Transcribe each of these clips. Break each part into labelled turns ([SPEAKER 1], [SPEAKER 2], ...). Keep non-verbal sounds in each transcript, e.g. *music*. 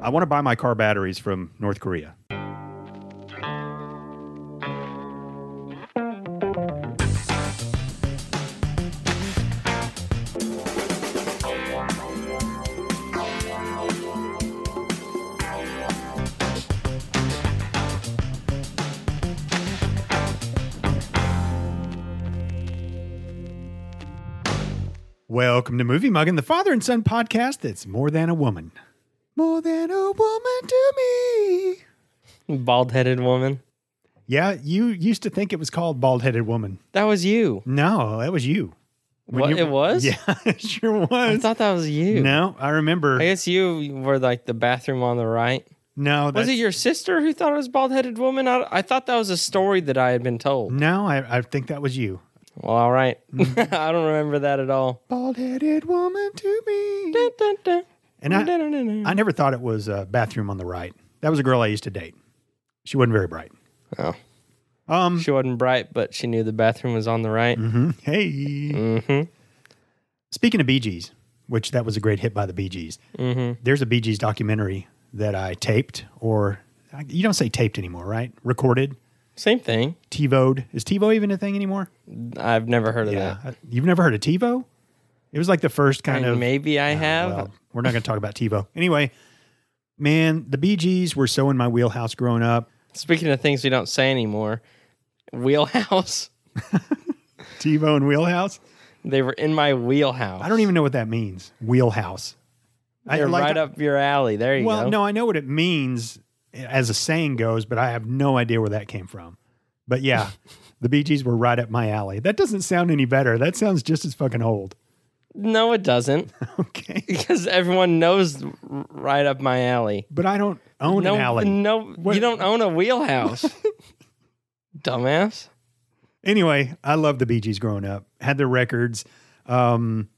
[SPEAKER 1] I want to buy my car batteries from North Korea. Welcome to Movie Muggin, the father and son podcast that's more than a woman. More than a woman to me.
[SPEAKER 2] Bald headed woman.
[SPEAKER 1] Yeah, you used to think it was called Bald Headed Woman.
[SPEAKER 2] That was you.
[SPEAKER 1] No, that was you. When
[SPEAKER 2] What
[SPEAKER 1] you-
[SPEAKER 2] it was?
[SPEAKER 1] Yeah, *laughs* it sure
[SPEAKER 2] I
[SPEAKER 1] was.
[SPEAKER 2] thought that was you.
[SPEAKER 1] No, I remember.
[SPEAKER 2] I guess you were like the bathroom on the right.
[SPEAKER 1] no,
[SPEAKER 2] Was
[SPEAKER 1] that's-
[SPEAKER 2] it your sister who thought it was bald headed woman? I, I thought that was a story that I had been told.
[SPEAKER 1] No, I, I think that was you.
[SPEAKER 2] Well, all right.
[SPEAKER 1] Mm.
[SPEAKER 2] *laughs* I don't remember that at
[SPEAKER 1] *laughs*
[SPEAKER 2] all.
[SPEAKER 1] Bald Headed Woman to me.
[SPEAKER 2] Dun, dun, dun.
[SPEAKER 1] And I,
[SPEAKER 2] Dun, dun, dun, dun.
[SPEAKER 1] I never thought it was a bathroom on the right. That was a girl I used to date. She wasn't very bright.
[SPEAKER 2] Oh.
[SPEAKER 1] Um.
[SPEAKER 2] She wasn't bright, but she knew the bathroom was on the right.
[SPEAKER 1] mhm. Hey.
[SPEAKER 2] hmm
[SPEAKER 1] Speaking of Bee Gees, which that was a great hit by the Bee Gees, there's a Bee Gees documentary that I taped, or you don't say taped anymore, right? Recorded,
[SPEAKER 2] Same thing.
[SPEAKER 1] TiVoed. Is TiVo even a thing anymore?
[SPEAKER 2] I've never heard of that.
[SPEAKER 1] Uh, You've never heard of TiVo? It was like the first kind
[SPEAKER 2] I mean,
[SPEAKER 1] of.
[SPEAKER 2] maybe I
[SPEAKER 1] Uh,
[SPEAKER 2] have.
[SPEAKER 1] well, we're not going to talk about TiVo. Anyway, man, the Bee Gees were so in my wheelhouse growing up.
[SPEAKER 2] Speaking of things we don't say anymore, wheelhouse. *laughs*
[SPEAKER 1] TiVo and wheelhouse.
[SPEAKER 2] They were in my wheelhouse.
[SPEAKER 1] I don't even know what that means. Wheelhouse.
[SPEAKER 2] They're
[SPEAKER 1] like-
[SPEAKER 2] right up your alley. There you
[SPEAKER 1] Well,
[SPEAKER 2] go.
[SPEAKER 1] no, I know what it means eh, as a saying goes, but I have no idea where that came from. But
[SPEAKER 2] *laughs*
[SPEAKER 1] yeah, the Bee Gees were right up my alley. That doesn't sound any better. That sounds just as fucking old. *laughs*
[SPEAKER 2] no, it doesn't,
[SPEAKER 1] Okay.
[SPEAKER 2] because everyone knows r- right up my alley.
[SPEAKER 1] But I don't own
[SPEAKER 2] no,
[SPEAKER 1] an alley.
[SPEAKER 2] no,
[SPEAKER 1] What-
[SPEAKER 2] you don't own
[SPEAKER 1] *laughs*
[SPEAKER 2] a wheelhouse, dumbass.
[SPEAKER 1] Anyway, I loved the Bee Gees growing up. Had their records. Um,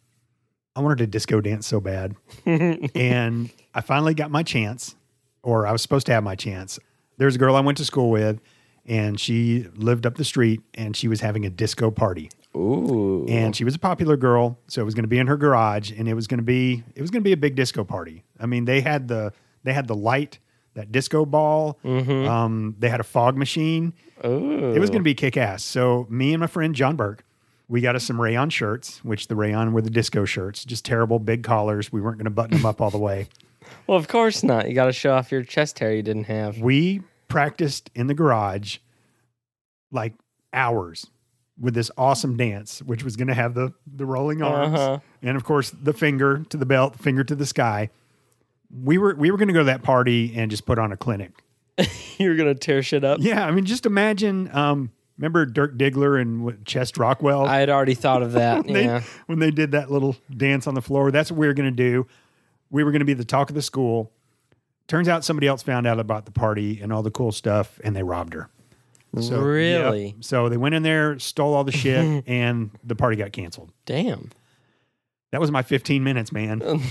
[SPEAKER 1] I wanted to disco dance so
[SPEAKER 2] *laughs*
[SPEAKER 1] bad, and I finally got my chance, or I was supposed to have my chance. There's a girl I went to school with, and she lived up the street, and she was having a disco party,
[SPEAKER 2] Ooh,
[SPEAKER 1] and she was a popular girl, so it was going to be in her garage, and it was going to be it was going to be a big disco party. I mean, they had the they had the light, that disco ball. Um, they had a fog machine.
[SPEAKER 2] ooh,
[SPEAKER 1] It was going to be kick ass. So me and my friend John Burke, we got us some rayon shirts, which the rayon were the disco shirts, just terrible big collars. We weren't going to button them up all the way.
[SPEAKER 2] well, of course not. You got to show off your chest hair you didn't have. *laughs*
[SPEAKER 1] We practiced in the garage like hours with this awesome dance, which was going to have the the rolling arms
[SPEAKER 2] Uh-huh.
[SPEAKER 1] and of course the finger to the belt, finger to the sky. We were we were going to go to that party and just put on a clinic.
[SPEAKER 2] You're gonna tear shit up.
[SPEAKER 1] Yeah, I mean, just imagine. Um, remember Dirk Diggler and what, Chest Rockwell?
[SPEAKER 2] I had already thought of that.
[SPEAKER 1] *laughs* they,
[SPEAKER 2] yeah,
[SPEAKER 1] when they did that little dance on the floor. That's what we were going to do. We were going to be the talk of the school. Turns out somebody else found out about the party and all the cool stuff, and they robbed her. So,
[SPEAKER 2] really?
[SPEAKER 1] yep. So they went in there, stole all the shit, and the party got canceled.
[SPEAKER 2] Damn.
[SPEAKER 1] That was my 15 minutes, man. and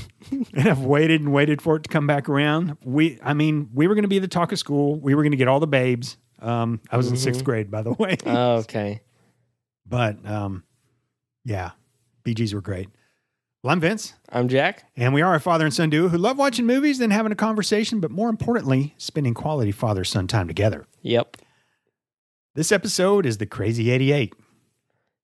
[SPEAKER 1] I've waited and waited for it to come back around. We, I mean, we were going to be the talk of school. We were going to get all the babes. Um, I was in sixth grade, by the way.
[SPEAKER 2] Uh. Oh, Okay.
[SPEAKER 1] *laughs* but um, yeah, BGs were great. Well, I'm Vince.
[SPEAKER 2] I'm Jack.
[SPEAKER 1] And we are a father and son duo who love watching movies, then having a conversation, but more importantly, spending quality father son time together.
[SPEAKER 2] Yep.
[SPEAKER 1] This episode is The Crazy 88.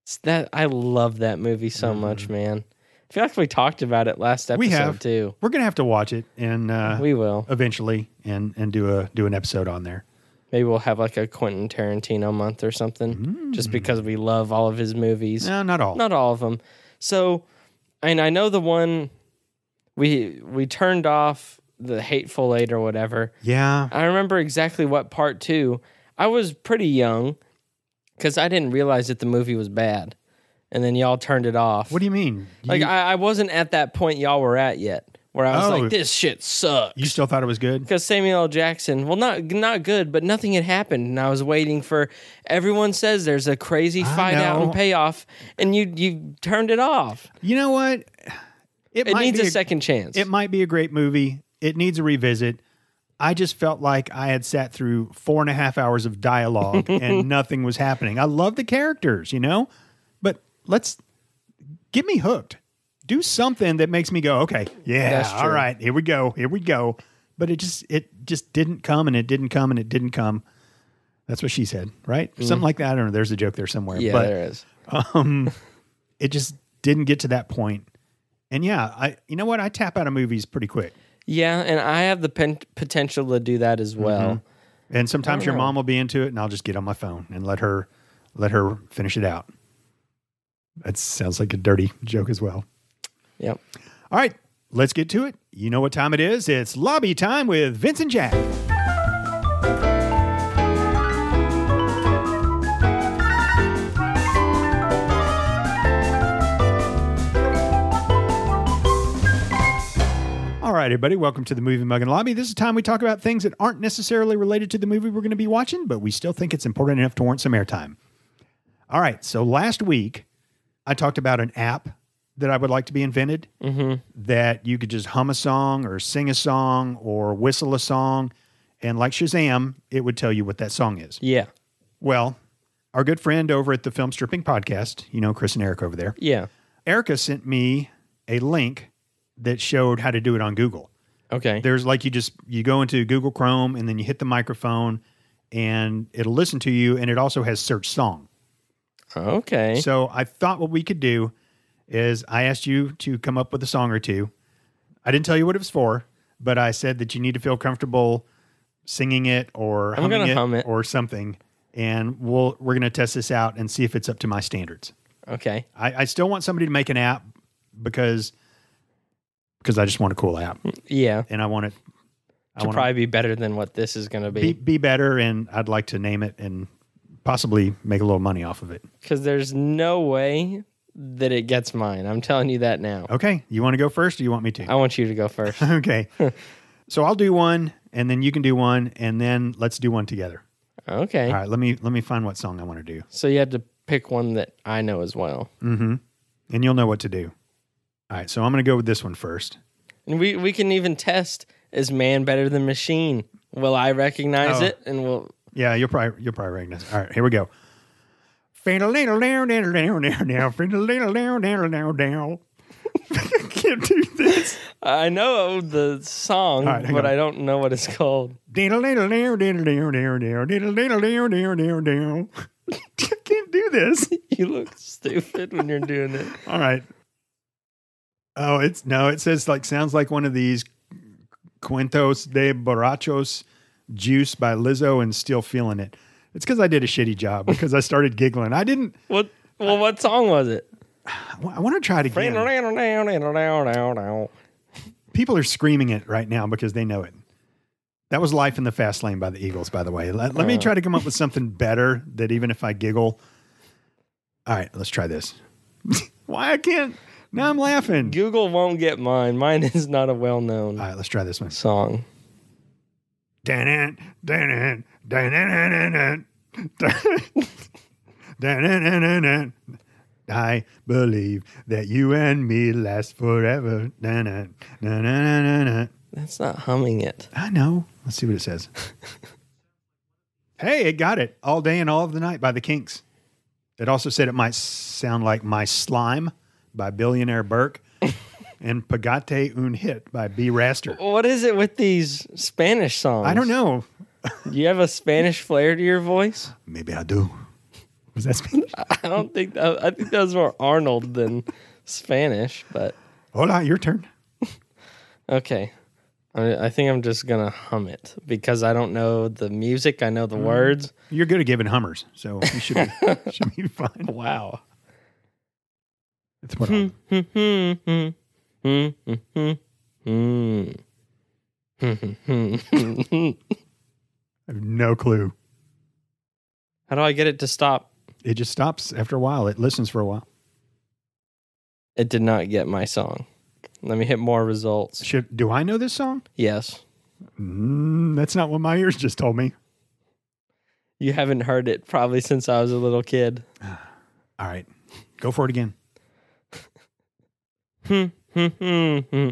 [SPEAKER 2] It's that I love that movie so much, man. I feel like we talked about it last episode
[SPEAKER 1] Mm. We have.
[SPEAKER 2] too.
[SPEAKER 1] We're going to have to watch it and uh,
[SPEAKER 2] We will.
[SPEAKER 1] eventually and, and do a do an episode on there.
[SPEAKER 2] Maybe we'll have like a Quentin Tarantino month or something,
[SPEAKER 1] Mm.
[SPEAKER 2] just because we love all of his movies.
[SPEAKER 1] No, not all.
[SPEAKER 2] Not all of them. So, and I know the one we we turned off the Hateful Eight or whatever.
[SPEAKER 1] Yeah.
[SPEAKER 2] I remember exactly what part two. I was pretty young because I didn't realize that the movie was bad, and then y'all turned it off.
[SPEAKER 1] What do you mean? You,
[SPEAKER 2] Like I, I wasn't at that point y'all were at yet, where I was
[SPEAKER 1] Oh.
[SPEAKER 2] like, "This shit sucks."
[SPEAKER 1] you still thought it was good?
[SPEAKER 2] Because Samuel L. Jackson, well, not not good, but nothing had happened, and I was waiting for. Everyone says there's a crazy fight out
[SPEAKER 1] know.
[SPEAKER 2] and payoff, and you you turned it off.
[SPEAKER 1] You know what?
[SPEAKER 2] It needs
[SPEAKER 1] be
[SPEAKER 2] a second chance.
[SPEAKER 1] It might be a great movie. It needs a revisit. I just felt like I had sat through four and a half hours of
[SPEAKER 2] *laughs*
[SPEAKER 1] dialogue and nothing was happening. I love the characters, you know, but let's get me hooked. do something that makes me go, okay, yeah,
[SPEAKER 2] That's
[SPEAKER 1] all
[SPEAKER 2] true.
[SPEAKER 1] right, here we go, here we go. But it just it just didn't come, and it didn't come, and it didn't come. That's what she said, right? Something like that. I don't know. There's a joke there somewhere,
[SPEAKER 2] Mm-hmm. Yeah,
[SPEAKER 1] but
[SPEAKER 2] there is.
[SPEAKER 1] it just didn't get to that point. And yeah, I you know what? I tap out of movies pretty quick.
[SPEAKER 2] Yeah, and I have the pen- potential to do that as well.
[SPEAKER 1] And sometimes your mom will be into it, and I'll just get on my phone and let her let her finish it out. That sounds like a dirty joke as well. Mm-hmm.
[SPEAKER 2] Yep.
[SPEAKER 1] All right, let's get to it. You know what time it is? It's lobby time with Vince and Jack. All right, everybody, welcome to the Movie Mug and Lobby. This is a time we talk about things that aren't necessarily related to the movie we're going to be watching, but we still think it's important enough to warrant some airtime. All right, so last week I talked about an app that I would like to be invented that you could just hum a song or sing a song or whistle a song. And like Shazam, it would tell you what that song is.
[SPEAKER 2] Yeah.
[SPEAKER 1] Well, our good friend over at the Film Stripping Podcast, you know, Chris and Eric over there,
[SPEAKER 2] Yeah.
[SPEAKER 1] Erica sent me a link that showed how to do it on Google.
[SPEAKER 2] Okay.
[SPEAKER 1] There's like you just you go into Google Chrome and then you hit the microphone and it'll listen to you and it also has search song.
[SPEAKER 2] okay.
[SPEAKER 1] So I thought what we could do is I asked you to come up with a song or two. I didn't tell you what it was for, but I said that you need to feel comfortable singing it or
[SPEAKER 2] I'm
[SPEAKER 1] humming
[SPEAKER 2] gonna
[SPEAKER 1] it,
[SPEAKER 2] hum it.
[SPEAKER 1] or something. And we'll we're gonna test this out and see if it's up to my standards.
[SPEAKER 2] okay.
[SPEAKER 1] I, I still want somebody to make an app because because I just want a cool app
[SPEAKER 2] Yeah.
[SPEAKER 1] and I want it I
[SPEAKER 2] To
[SPEAKER 1] want
[SPEAKER 2] probably be better than what this is going to
[SPEAKER 1] be
[SPEAKER 2] be
[SPEAKER 1] be better and I'd like to name it and possibly make a little money off of it.
[SPEAKER 2] because there's no way that it gets mine. I'm telling you that now.
[SPEAKER 1] Okay, you want to go first or you want me to?
[SPEAKER 2] I want you to go
[SPEAKER 1] *laughs*
[SPEAKER 2] first.
[SPEAKER 1] okay. so I'll do one and then you can do one and then let's do one together.
[SPEAKER 2] Okay.
[SPEAKER 1] All right, let me let me find what song I want to do.
[SPEAKER 2] So you have to pick one that I know as well.
[SPEAKER 1] Mhm. And you'll know what to do. All right, so I'm going to go with this one first.
[SPEAKER 2] And we, we can even test is man better than machine? Will I recognize
[SPEAKER 1] Oh.
[SPEAKER 2] it? And will
[SPEAKER 1] Yeah, you'll probably you'll probably recognize. it. All right, here we go. Can't do this.
[SPEAKER 2] I know the song,
[SPEAKER 1] All right, hang
[SPEAKER 2] but
[SPEAKER 1] on.
[SPEAKER 2] I don't know what it's called. *laughs*
[SPEAKER 1] I can't do this.
[SPEAKER 2] You look stupid when you're doing
[SPEAKER 1] *laughs*
[SPEAKER 2] it.
[SPEAKER 1] All right. Oh, it's no, it says like sounds like one of these Cuentos de Borrachos juice by Lizzo and still feeling it. It's because I did a shitty job because I started giggling. I didn't,
[SPEAKER 2] What? Well, what song was it?
[SPEAKER 1] I want to try it again.
[SPEAKER 2] Okay.
[SPEAKER 1] People are screaming it right now because they know it. That was Life in the Fast Lane by the Eagles, by the way. Let, let me try to come up with something better that even if I giggle. All right, let's try this. *laughs* Why I can't? Now I'm laughing.
[SPEAKER 2] Google won't get mine. Mine is not a well-known
[SPEAKER 1] All right, let's try this one.
[SPEAKER 2] song.
[SPEAKER 1] Dun-dun, dun-dun, dun-dun-dun-dun-dun, dun- dun-dun-dun-dun-dun. I believe that you and me last forever. Dun-dun, dun-dun-dun-dun-dun.
[SPEAKER 2] That's not humming it.
[SPEAKER 1] I know. Let's see what it *laughs* says. hey, it got it. All day and all of the night by the Kinks. It also said it might sound like My Slime by Billionaire *laughs* Burke and Pagate Un Hit by B. Raster.
[SPEAKER 2] What is it with these Spanish songs?
[SPEAKER 1] I don't know.
[SPEAKER 2] You have a Spanish flair to your voice?
[SPEAKER 1] Maybe I do. Was that Spanish?
[SPEAKER 2] I don't think that, I think that was more Arnold than Spanish, but
[SPEAKER 1] Hola, your turn.
[SPEAKER 2] okay. I, I think I'm just gonna hum it because I don't know the music. I know the words.
[SPEAKER 1] You're good at giving hummers, so you should *laughs* be, should be fine.
[SPEAKER 2] Wow.
[SPEAKER 1] It's what
[SPEAKER 2] *laughs*
[SPEAKER 1] I- I have no clue.
[SPEAKER 2] How do I get it to stop?
[SPEAKER 1] It just stops after a while. It listens for a while.
[SPEAKER 2] It did not get my song. Let me hit more results.
[SPEAKER 1] Should do I know this song?
[SPEAKER 2] Yes.
[SPEAKER 1] Mm, that's not what my ears just told me.
[SPEAKER 2] You haven't heard it probably since I was a little kid.
[SPEAKER 1] All right, go for it again.
[SPEAKER 2] Damn hmm, *laughs*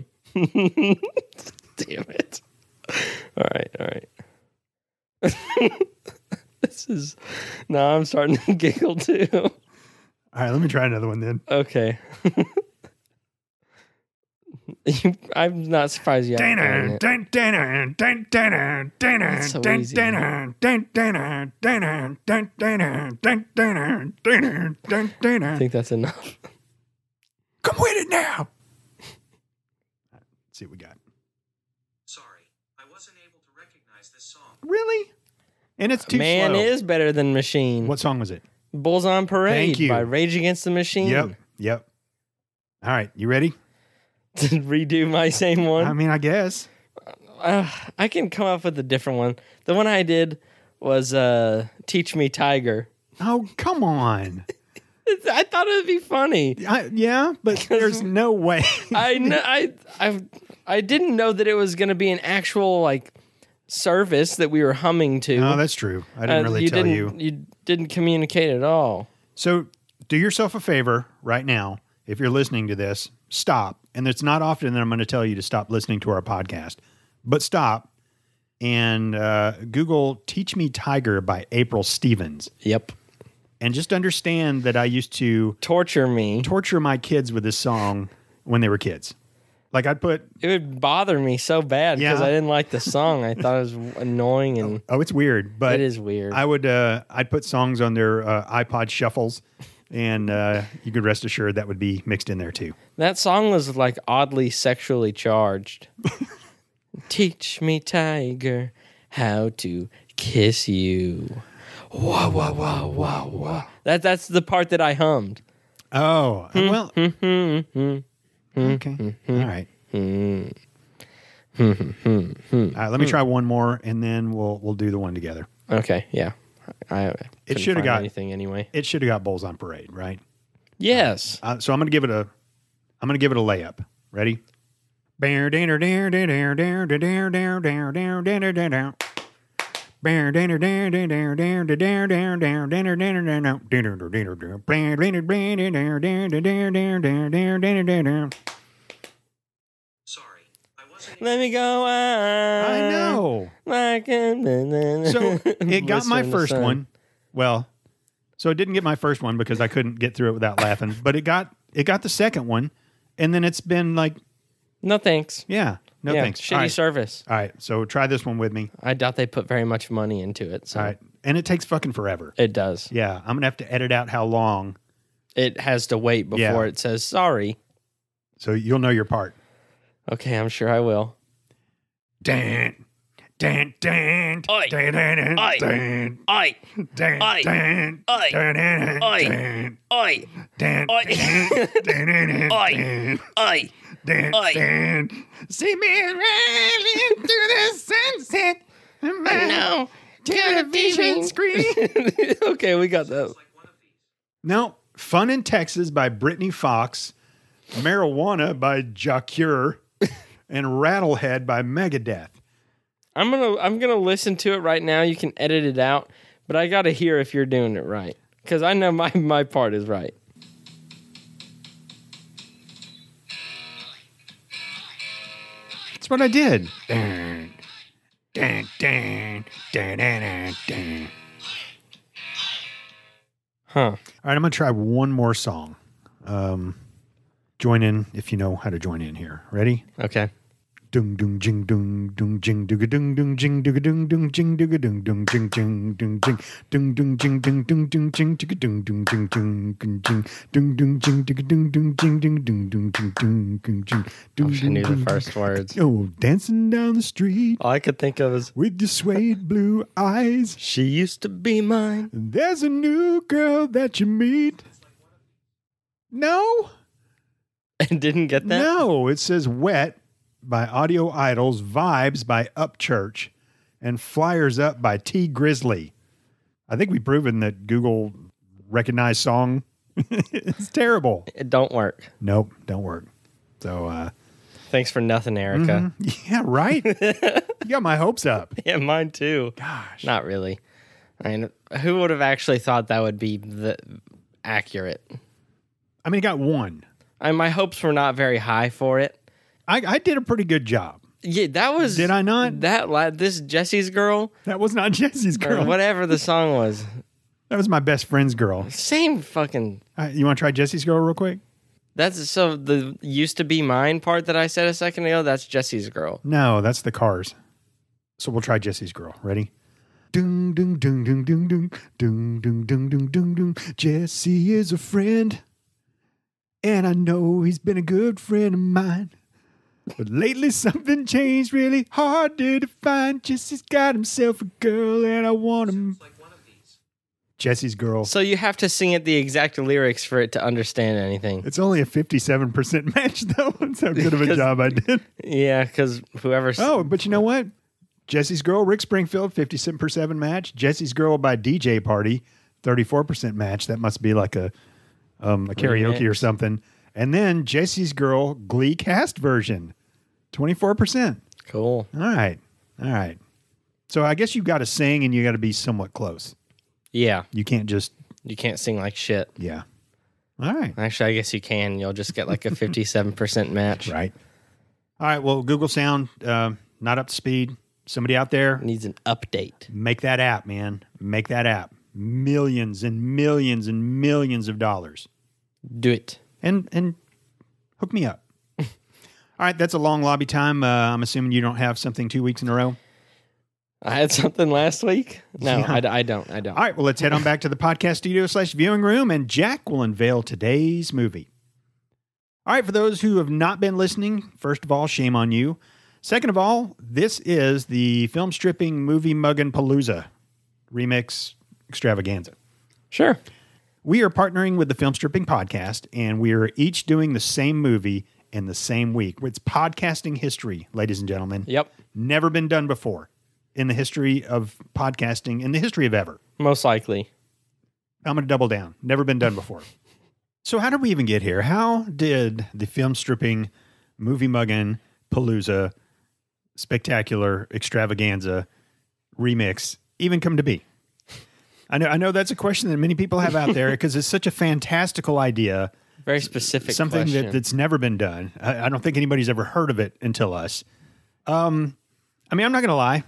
[SPEAKER 2] it. All right, all right. *laughs* this is now I'm starting to *laughs* giggle too. *laughs*
[SPEAKER 1] All right, let me try another one then.
[SPEAKER 2] Okay. I'm not surprised you haven't gotten
[SPEAKER 1] Dana,
[SPEAKER 2] it.
[SPEAKER 1] dun, dana, dun, dana, dana,
[SPEAKER 2] so
[SPEAKER 1] dun,
[SPEAKER 2] easy.
[SPEAKER 1] dana, dun, dana, dana, dun, dana, dun, dana, dana, dun,
[SPEAKER 2] I
[SPEAKER 1] dana.
[SPEAKER 2] think that's enough.
[SPEAKER 1] Come with it now. Let's see what we got.
[SPEAKER 3] Sorry, I wasn't able to recognize this song.
[SPEAKER 1] Really? And it's too
[SPEAKER 2] Man
[SPEAKER 1] slow.
[SPEAKER 2] is better than machine.
[SPEAKER 1] What song was it?
[SPEAKER 2] Bulls on Parade
[SPEAKER 1] Thank you.
[SPEAKER 2] by Rage Against the Machine.
[SPEAKER 1] Yep. Yep. All right, you ready?
[SPEAKER 2] *laughs* to redo my same one.
[SPEAKER 1] I mean, I guess.
[SPEAKER 2] uh, I can come up with a different one. The one I did was uh, "Teach Me Tiger."
[SPEAKER 1] Oh, come on.
[SPEAKER 2] It's- I thought it would be funny.
[SPEAKER 1] I, yeah,
[SPEAKER 2] *laughs*
[SPEAKER 1] but there's no way. *laughs*
[SPEAKER 2] I kn- I I I didn't know that it was going to be an actual like service that we were humming to.
[SPEAKER 1] no, that's true. I didn't
[SPEAKER 2] Uh,
[SPEAKER 1] really
[SPEAKER 2] you
[SPEAKER 1] tell
[SPEAKER 2] didn't,
[SPEAKER 1] you.
[SPEAKER 2] You didn't communicate at all.
[SPEAKER 1] So do yourself a favor right now. If you're listening to this, stop. And it's not often that I'm going to tell you to stop listening to our podcast, but stop and uh, Google Teach Me Tiger by April Stevens.
[SPEAKER 2] Yep.
[SPEAKER 1] And just understand that I used to
[SPEAKER 2] Torture me.
[SPEAKER 1] torture my kids with this song when they were kids. Like I'd put,
[SPEAKER 2] It would bother me so bad because
[SPEAKER 1] Yeah.
[SPEAKER 2] I didn't like the song. I thought it was annoying and
[SPEAKER 1] oh, it's weird, but
[SPEAKER 2] it is weird.
[SPEAKER 1] I would, uh, I'd put songs on their uh, iPod shuffles, and uh, you could rest assured that would be mixed in there too.
[SPEAKER 2] That song was like oddly sexually charged. *laughs* Teach me, tiger, how to kiss you. Wah wah wah wah wah. That that's the part that I hummed.
[SPEAKER 1] Oh, well. Hmm. okay. All right.
[SPEAKER 2] Hmm.
[SPEAKER 1] All right. Uh, Let me try one more, and then we'll we'll do the one together.
[SPEAKER 2] Okay, yeah. I, I couldn't
[SPEAKER 1] shoulda
[SPEAKER 2] find
[SPEAKER 1] got-
[SPEAKER 2] anything anyway.
[SPEAKER 1] It should have got bulls on parade, right?
[SPEAKER 2] Yes.
[SPEAKER 1] Uh, so I'm gonna give it a, I'm gonna give it a layup. Ready? Bear dinner dare dare dare dare dare dare dare dare dare dare dare. Bear dinner dare dare dare dare dare dare dare dinner dinner dinner dinner dinner dinner bear dinner dare dare dare dare dare dare dare dinner dinner.
[SPEAKER 3] Sorry, I wasn't able
[SPEAKER 2] Let me go on.
[SPEAKER 1] I know.
[SPEAKER 2] Like a-
[SPEAKER 1] So
[SPEAKER 2] *laughs*
[SPEAKER 1] it got my
[SPEAKER 2] Blister in the
[SPEAKER 1] first
[SPEAKER 2] sun.
[SPEAKER 1] one. Well, so it didn't get my first one because I couldn't get through it without laughing. But it got it got the second one, and then it's been like,
[SPEAKER 2] No thanks.
[SPEAKER 1] yeah, no
[SPEAKER 2] Yeah,
[SPEAKER 1] thanks.
[SPEAKER 2] Shitty
[SPEAKER 1] All right.
[SPEAKER 2] service.
[SPEAKER 1] All right, so try this one with me.
[SPEAKER 2] I doubt they put very much money into it. So
[SPEAKER 1] All right, and it takes fucking forever.
[SPEAKER 2] it does.
[SPEAKER 1] Yeah, I'm gonna have to edit out how long,
[SPEAKER 2] it has to wait before
[SPEAKER 1] Yeah.
[SPEAKER 2] it says sorry.
[SPEAKER 1] so you'll know your part.
[SPEAKER 2] Okay, I'm sure I will.
[SPEAKER 1] Dan, dan, dan,
[SPEAKER 2] Oi.
[SPEAKER 1] dan, dan,
[SPEAKER 2] Oi.
[SPEAKER 1] dan,
[SPEAKER 2] Oi,
[SPEAKER 1] dan,
[SPEAKER 2] Oi.
[SPEAKER 1] dan,
[SPEAKER 2] Oi.
[SPEAKER 1] dan, dan,
[SPEAKER 2] Oi.
[SPEAKER 1] dan,
[SPEAKER 2] oi,
[SPEAKER 1] dan,
[SPEAKER 2] Oi.
[SPEAKER 1] dan, dan, dan,
[SPEAKER 2] Oi.
[SPEAKER 1] dan.
[SPEAKER 2] oi.
[SPEAKER 1] dance,
[SPEAKER 2] Oi.
[SPEAKER 1] dance. See me railing through the sunset. My television screen.
[SPEAKER 2] *laughs* okay, we got that.
[SPEAKER 3] like one of these.
[SPEAKER 1] No, Fun in Texas by Brittany Fox, Marijuana by Jacure, and Rattlehead by Megadeth.
[SPEAKER 2] I'm gonna I'm gonna listen to it right now. You can edit it out, but I gotta hear if you're doing it right because I know my my part is right.
[SPEAKER 1] That's what I did. Dun, dun, dun, dun, dun, dun.
[SPEAKER 2] Huh?
[SPEAKER 1] All right, I'm going to try one more song. Um, join in if you know how to join in here. Ready?
[SPEAKER 2] Okay.
[SPEAKER 1] Dung dung jing dung dung jing duga dung dung jing duga dung dung jing duga dung dung jing jing dung jing dung dung jing dung dung dung jing duga dung dung jing jing gung jing dung dung jing duga dung dung jing ding dung dung jing dung gung jing
[SPEAKER 2] I
[SPEAKER 1] dung
[SPEAKER 2] wish I Oh,
[SPEAKER 1] dung,
[SPEAKER 2] knew the
[SPEAKER 1] dung,
[SPEAKER 2] first words.
[SPEAKER 1] dung. Oh, dancing down the street
[SPEAKER 2] All I could think of is
[SPEAKER 1] with your suede blue eyes.
[SPEAKER 2] she used to be mine. *laughs*
[SPEAKER 1] There's a new girl that you meet. No,
[SPEAKER 2] And didn't get that.
[SPEAKER 1] No, it says Wet by Audio Idols, Vibes by Upchurch, and Flyers Up by T Grizzly. I think we've proven that Google recognized song. *laughs* it's terrible.
[SPEAKER 2] It don't work.
[SPEAKER 1] Nope, don't work. So, uh,
[SPEAKER 2] Thanks for nothing,
[SPEAKER 1] Mm-hmm.
[SPEAKER 2] Erica.
[SPEAKER 1] yeah, right. you got my hopes up.
[SPEAKER 2] *laughs* Yeah, mine too.
[SPEAKER 1] Gosh.
[SPEAKER 2] Not really. I mean, who would have actually thought that would be the accurate?
[SPEAKER 1] I mean, I got one.
[SPEAKER 2] I my hopes were not very high for it.
[SPEAKER 1] I, I did a pretty good job.
[SPEAKER 2] Yeah, that was.
[SPEAKER 1] Did I not?
[SPEAKER 2] That la- this Jesse's girl
[SPEAKER 1] That was not *laughs* Jesse's
[SPEAKER 2] or
[SPEAKER 1] girl.
[SPEAKER 2] whatever the song was.
[SPEAKER 1] That was my best friend's girl.
[SPEAKER 2] Same fucking.
[SPEAKER 1] Uh, you want to try Jesse's girl real quick?
[SPEAKER 2] That's so the used to be mine part that I said a second ago. That's Jesse's girl.
[SPEAKER 1] No, that's the cars. So we'll try Jesse's girl. Ready? Dung dung dung dung dung dung dung dung dung dung dung dung. Jesse is a friend, and I know he's been a good friend of mine. But lately something changed really hard to define. Jesse's got himself a girl, and I want him.
[SPEAKER 3] Sounds like one of these.
[SPEAKER 1] Jesse's girl.
[SPEAKER 2] So you have to sing it the exact lyrics for it to understand anything.
[SPEAKER 1] It's only a fifty-seven percent match, though. *laughs* That's how good of a
[SPEAKER 2] Because-
[SPEAKER 1] job I did.
[SPEAKER 2] Yeah, because whoever's
[SPEAKER 1] Oh, but you know what? Jesse's Girl, Rick Springfield, 57% match. Jesse's Girl by DJ Party, 34% match. That must be like a um, a karaoke or something. And then Jesse's Girl Glee cast version, 24%.
[SPEAKER 2] cool.
[SPEAKER 1] All right. All right. So I guess you got to sing and you got to be somewhat close.
[SPEAKER 2] Yeah,
[SPEAKER 1] You can't just,
[SPEAKER 2] you can't sing like shit.
[SPEAKER 1] yeah. All right.
[SPEAKER 2] Actually, I guess you can. You'll just get like a fifty-seven percent match.
[SPEAKER 1] Right. All right. Well, Google Sound, um, not up to speed. Somebody out there,
[SPEAKER 2] Needs an update.
[SPEAKER 1] Make that app, man. Make that app. Millions and millions and millions of dollars.
[SPEAKER 2] Do it.
[SPEAKER 1] And and hook me up. *laughs* All right, that's a long lobby time. Uh, I'm assuming you don't have something two weeks in a row.
[SPEAKER 2] I had something last week.
[SPEAKER 1] *laughs*
[SPEAKER 2] No,
[SPEAKER 1] Yeah.
[SPEAKER 2] I d- I, don't. I don't.
[SPEAKER 1] All right, well, let's head on back to the podcast studio slash viewing room, and Jack will unveil today's movie. All right, for those who have not been listening, first of all, shame on you. Second of all, this is the film stripping movie Muggin Palooza remix extravaganza.
[SPEAKER 2] Sure.
[SPEAKER 1] We are partnering with the Film Stripping Podcast, and we are each doing the same movie in the same week. It's podcasting history, ladies and gentlemen.
[SPEAKER 2] Yep.
[SPEAKER 1] Never been done before in the history of podcasting, in the history of ever.
[SPEAKER 2] Most likely.
[SPEAKER 1] I'm going to double down. Never been done before. *laughs* so, how did we even get here? How did the Film Stripping Movie Muggin Palooza Spectacular Extravaganza remix even come to be? I know, I know that's a question that many people have out there *laughs* because it's such a fantastical idea
[SPEAKER 2] Very specific.
[SPEAKER 1] something
[SPEAKER 2] question.
[SPEAKER 1] that, that's never been done. I, I don't think anybody's ever heard of it until us. Um, I mean, I'm not going to lie;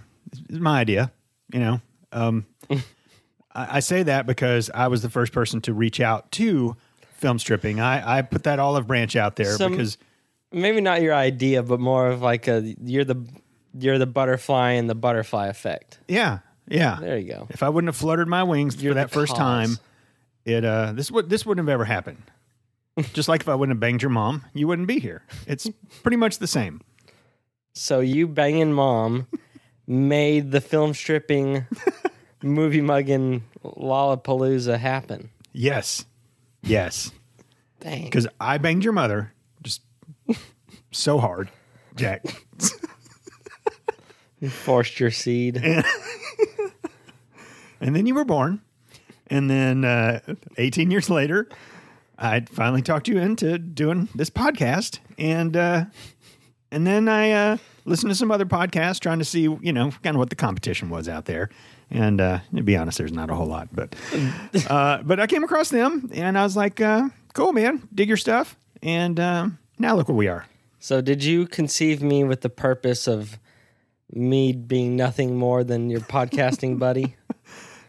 [SPEAKER 1] it's my idea. You know,
[SPEAKER 2] *laughs*
[SPEAKER 1] um, I, I say that because I was the first person to reach out to film stripping. I, I put that olive branch out there
[SPEAKER 2] Some-
[SPEAKER 1] because
[SPEAKER 2] maybe not your idea, but more of like a you're the you're the butterfly and the butterfly effect.
[SPEAKER 1] yeah, yeah.
[SPEAKER 2] There you go.
[SPEAKER 1] If I wouldn't have fluttered my wings for that
[SPEAKER 2] the
[SPEAKER 1] first
[SPEAKER 2] cause.
[SPEAKER 1] time, it uh, this would this wouldn't have ever
[SPEAKER 2] *laughs*
[SPEAKER 1] happened. Just like if I wouldn't have banged your mom, you wouldn't be here. It's pretty much the same.
[SPEAKER 2] So you banging mom *laughs* made the film stripping
[SPEAKER 1] *laughs*
[SPEAKER 2] movie mugging Lollapalooza happen.
[SPEAKER 1] Yes, yes.
[SPEAKER 2] Dang.
[SPEAKER 1] because I banged your mother just so hard, Jack.
[SPEAKER 2] Forced
[SPEAKER 1] *laughs*
[SPEAKER 2] your seed.
[SPEAKER 1] And then you were born, and then uh, 18 years later, I finally talked you into doing this podcast, and uh, and then I uh, listened to some other podcasts trying to see you know kind of what the competition was out there. And uh, to be honest, there's not a whole lot, but uh, but I came across them, and I was like, uh, cool, man, dig your stuff, and um, now look where we are.
[SPEAKER 2] so did you conceive me with the purpose of me being nothing more than your
[SPEAKER 1] *laughs*
[SPEAKER 2] podcasting buddy?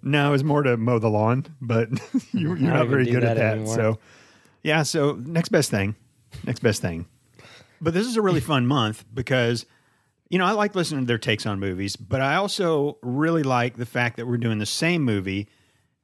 [SPEAKER 1] No, it was more to mow the lawn, but *laughs* you, you're not
[SPEAKER 2] even
[SPEAKER 1] very
[SPEAKER 2] do
[SPEAKER 1] good at
[SPEAKER 2] that
[SPEAKER 1] that.
[SPEAKER 2] anymore.
[SPEAKER 1] So, yeah. So next best thing, next best thing. But this is a really fun month because, you know, I like listening to their takes on movies, but I also really like the fact that we're doing the same movie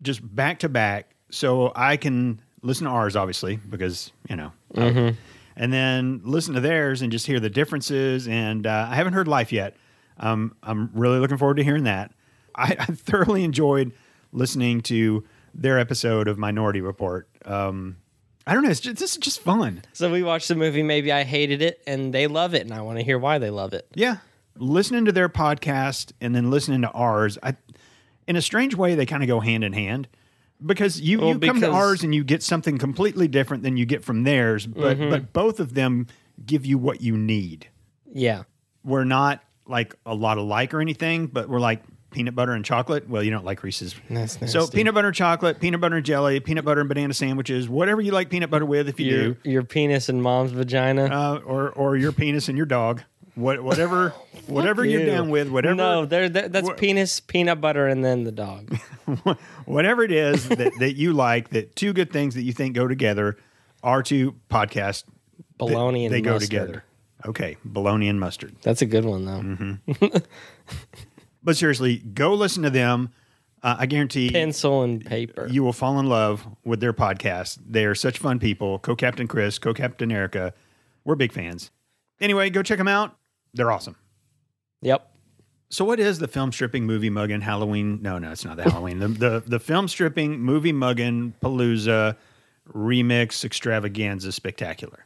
[SPEAKER 1] just back to back. So I can listen to ours, obviously, because, you know, I- and then listen to theirs and just hear the differences. And uh, I haven't heard Life yet. Um, I'm really looking forward to hearing that. I, *laughs* I thoroughly enjoyed listening to their episode of Minority Report. Um, I don't know. It's just, this is just fun.
[SPEAKER 2] So we watched the movie, maybe I hated it and they love it and I want to hear why they love it.
[SPEAKER 1] Yeah. Listening to their podcast and then listening to ours, I, in a strange way, they kind of go hand in hand because you,
[SPEAKER 2] Well,
[SPEAKER 1] you come to
[SPEAKER 2] because-
[SPEAKER 1] ours and you get something completely different than you get from theirs, but,
[SPEAKER 2] Mm-hmm.
[SPEAKER 1] but both of them give you what you need.
[SPEAKER 2] Yeah.
[SPEAKER 1] We're not like a lot alike or anything, but we're like peanut butter and chocolate. Well, you don't like Reese's.
[SPEAKER 2] That's nasty.
[SPEAKER 1] So peanut butter and chocolate, peanut butter and jelly, peanut butter and banana sandwiches, whatever you like peanut butter with, if you do,
[SPEAKER 2] your, your penis and mom's vagina.
[SPEAKER 1] uh, or or your penis and your dog, what
[SPEAKER 2] *laughs*
[SPEAKER 1] whatever whatever you're
[SPEAKER 2] Ew.
[SPEAKER 1] down with, whatever
[SPEAKER 2] No, they're, they that's
[SPEAKER 1] Wha-
[SPEAKER 2] penis, peanut butter, and then the dog.
[SPEAKER 1] *laughs* whatever it is that, that you like, that two good things that you think go together, Our two podcast,
[SPEAKER 2] Bologna and
[SPEAKER 1] they go
[SPEAKER 2] mustard.
[SPEAKER 1] together. Mm-hmm. Okay, bologna and mustard.
[SPEAKER 2] That's a good one though.
[SPEAKER 1] But seriously, go listen to them. Uh, I guarantee
[SPEAKER 2] Pencil and paper.
[SPEAKER 1] you will fall in love with their podcast. They are such fun people. Co Captain Chris, Co Captain Erica. We're big fans. Anyway, go check them out. They're awesome.
[SPEAKER 2] yep.
[SPEAKER 1] So, what is the film stripping movie mugging Halloween? No, no, it's not the Halloween. the, the the film stripping movie mugging Palooza remix extravaganza spectacular.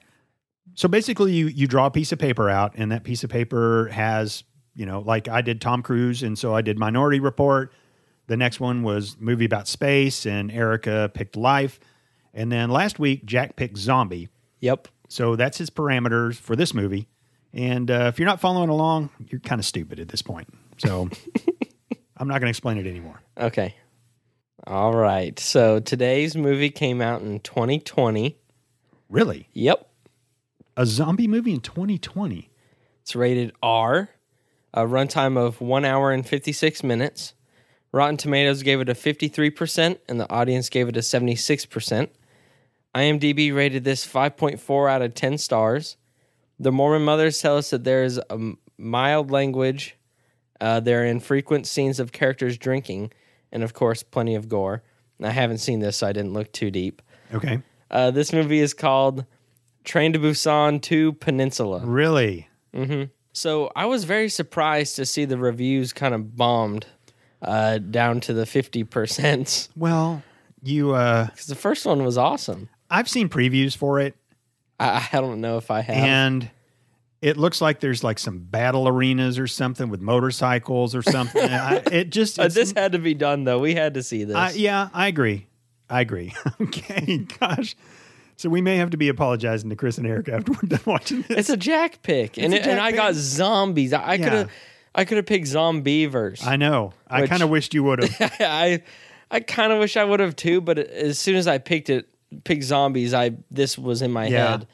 [SPEAKER 1] So basically, you you draw a piece of paper out, and that piece of paper has you know, like I did Tom Cruise, and so I did Minority Report. The next one was movie about space, and Erica picked Life, and then last week Jack picked Zombie.
[SPEAKER 2] Yep.
[SPEAKER 1] So that's his parameters for this movie. And uh, if you're not following along, you're kind of stupid at this point. So I'm not going to explain it anymore.
[SPEAKER 2] Okay. All right. So today's movie came out in 2020.
[SPEAKER 1] Really?
[SPEAKER 2] Yep.
[SPEAKER 1] A zombie movie in 2020?
[SPEAKER 2] It's rated R, a runtime of one hour and 56 minutes. Rotten Tomatoes gave it a 53%, and the audience gave it a 76%. IMDb rated this 5.4 out of 10 stars. The Mormon mothers tell us that there is a m- mild language, uh, there are infrequent scenes of characters drinking, and of course, plenty of gore. And I haven't seen this, so I didn't look too deep.
[SPEAKER 1] Okay.
[SPEAKER 2] Uh, this movie is called Train to Busan 2 Peninsula.
[SPEAKER 1] Really?
[SPEAKER 2] So I was very surprised to see the reviews kind of bombed uh, down to the *laughs* 50%.
[SPEAKER 1] Well, you, uh,
[SPEAKER 2] Because the first one was awesome.
[SPEAKER 1] I've seen previews for it,
[SPEAKER 2] I, I don't know if I have.
[SPEAKER 1] and it looks like there's like some battle arenas or something with motorcycles or something. I, it just,
[SPEAKER 2] Uh,
[SPEAKER 1] it's-
[SPEAKER 2] this had to be done, though. We had to see this.
[SPEAKER 1] I, yeah, I agree. I agree. *laughs* okay, gosh. So we may have to be apologizing to Chris and Eric after we're done watching this.
[SPEAKER 2] It's a jack pick. And,
[SPEAKER 1] a
[SPEAKER 2] it, and
[SPEAKER 1] Jack
[SPEAKER 2] I
[SPEAKER 1] pick.
[SPEAKER 2] got zombies. I, I could
[SPEAKER 1] Yeah.
[SPEAKER 2] have. I could have picked Zombievers. I
[SPEAKER 1] I know. I
[SPEAKER 2] Which-
[SPEAKER 1] kind of wished you would have.
[SPEAKER 2] *laughs* I, I kind of wish I would have too, but as soon as I picked it, picked zombies, I this was in my
[SPEAKER 1] Yeah.
[SPEAKER 2] head.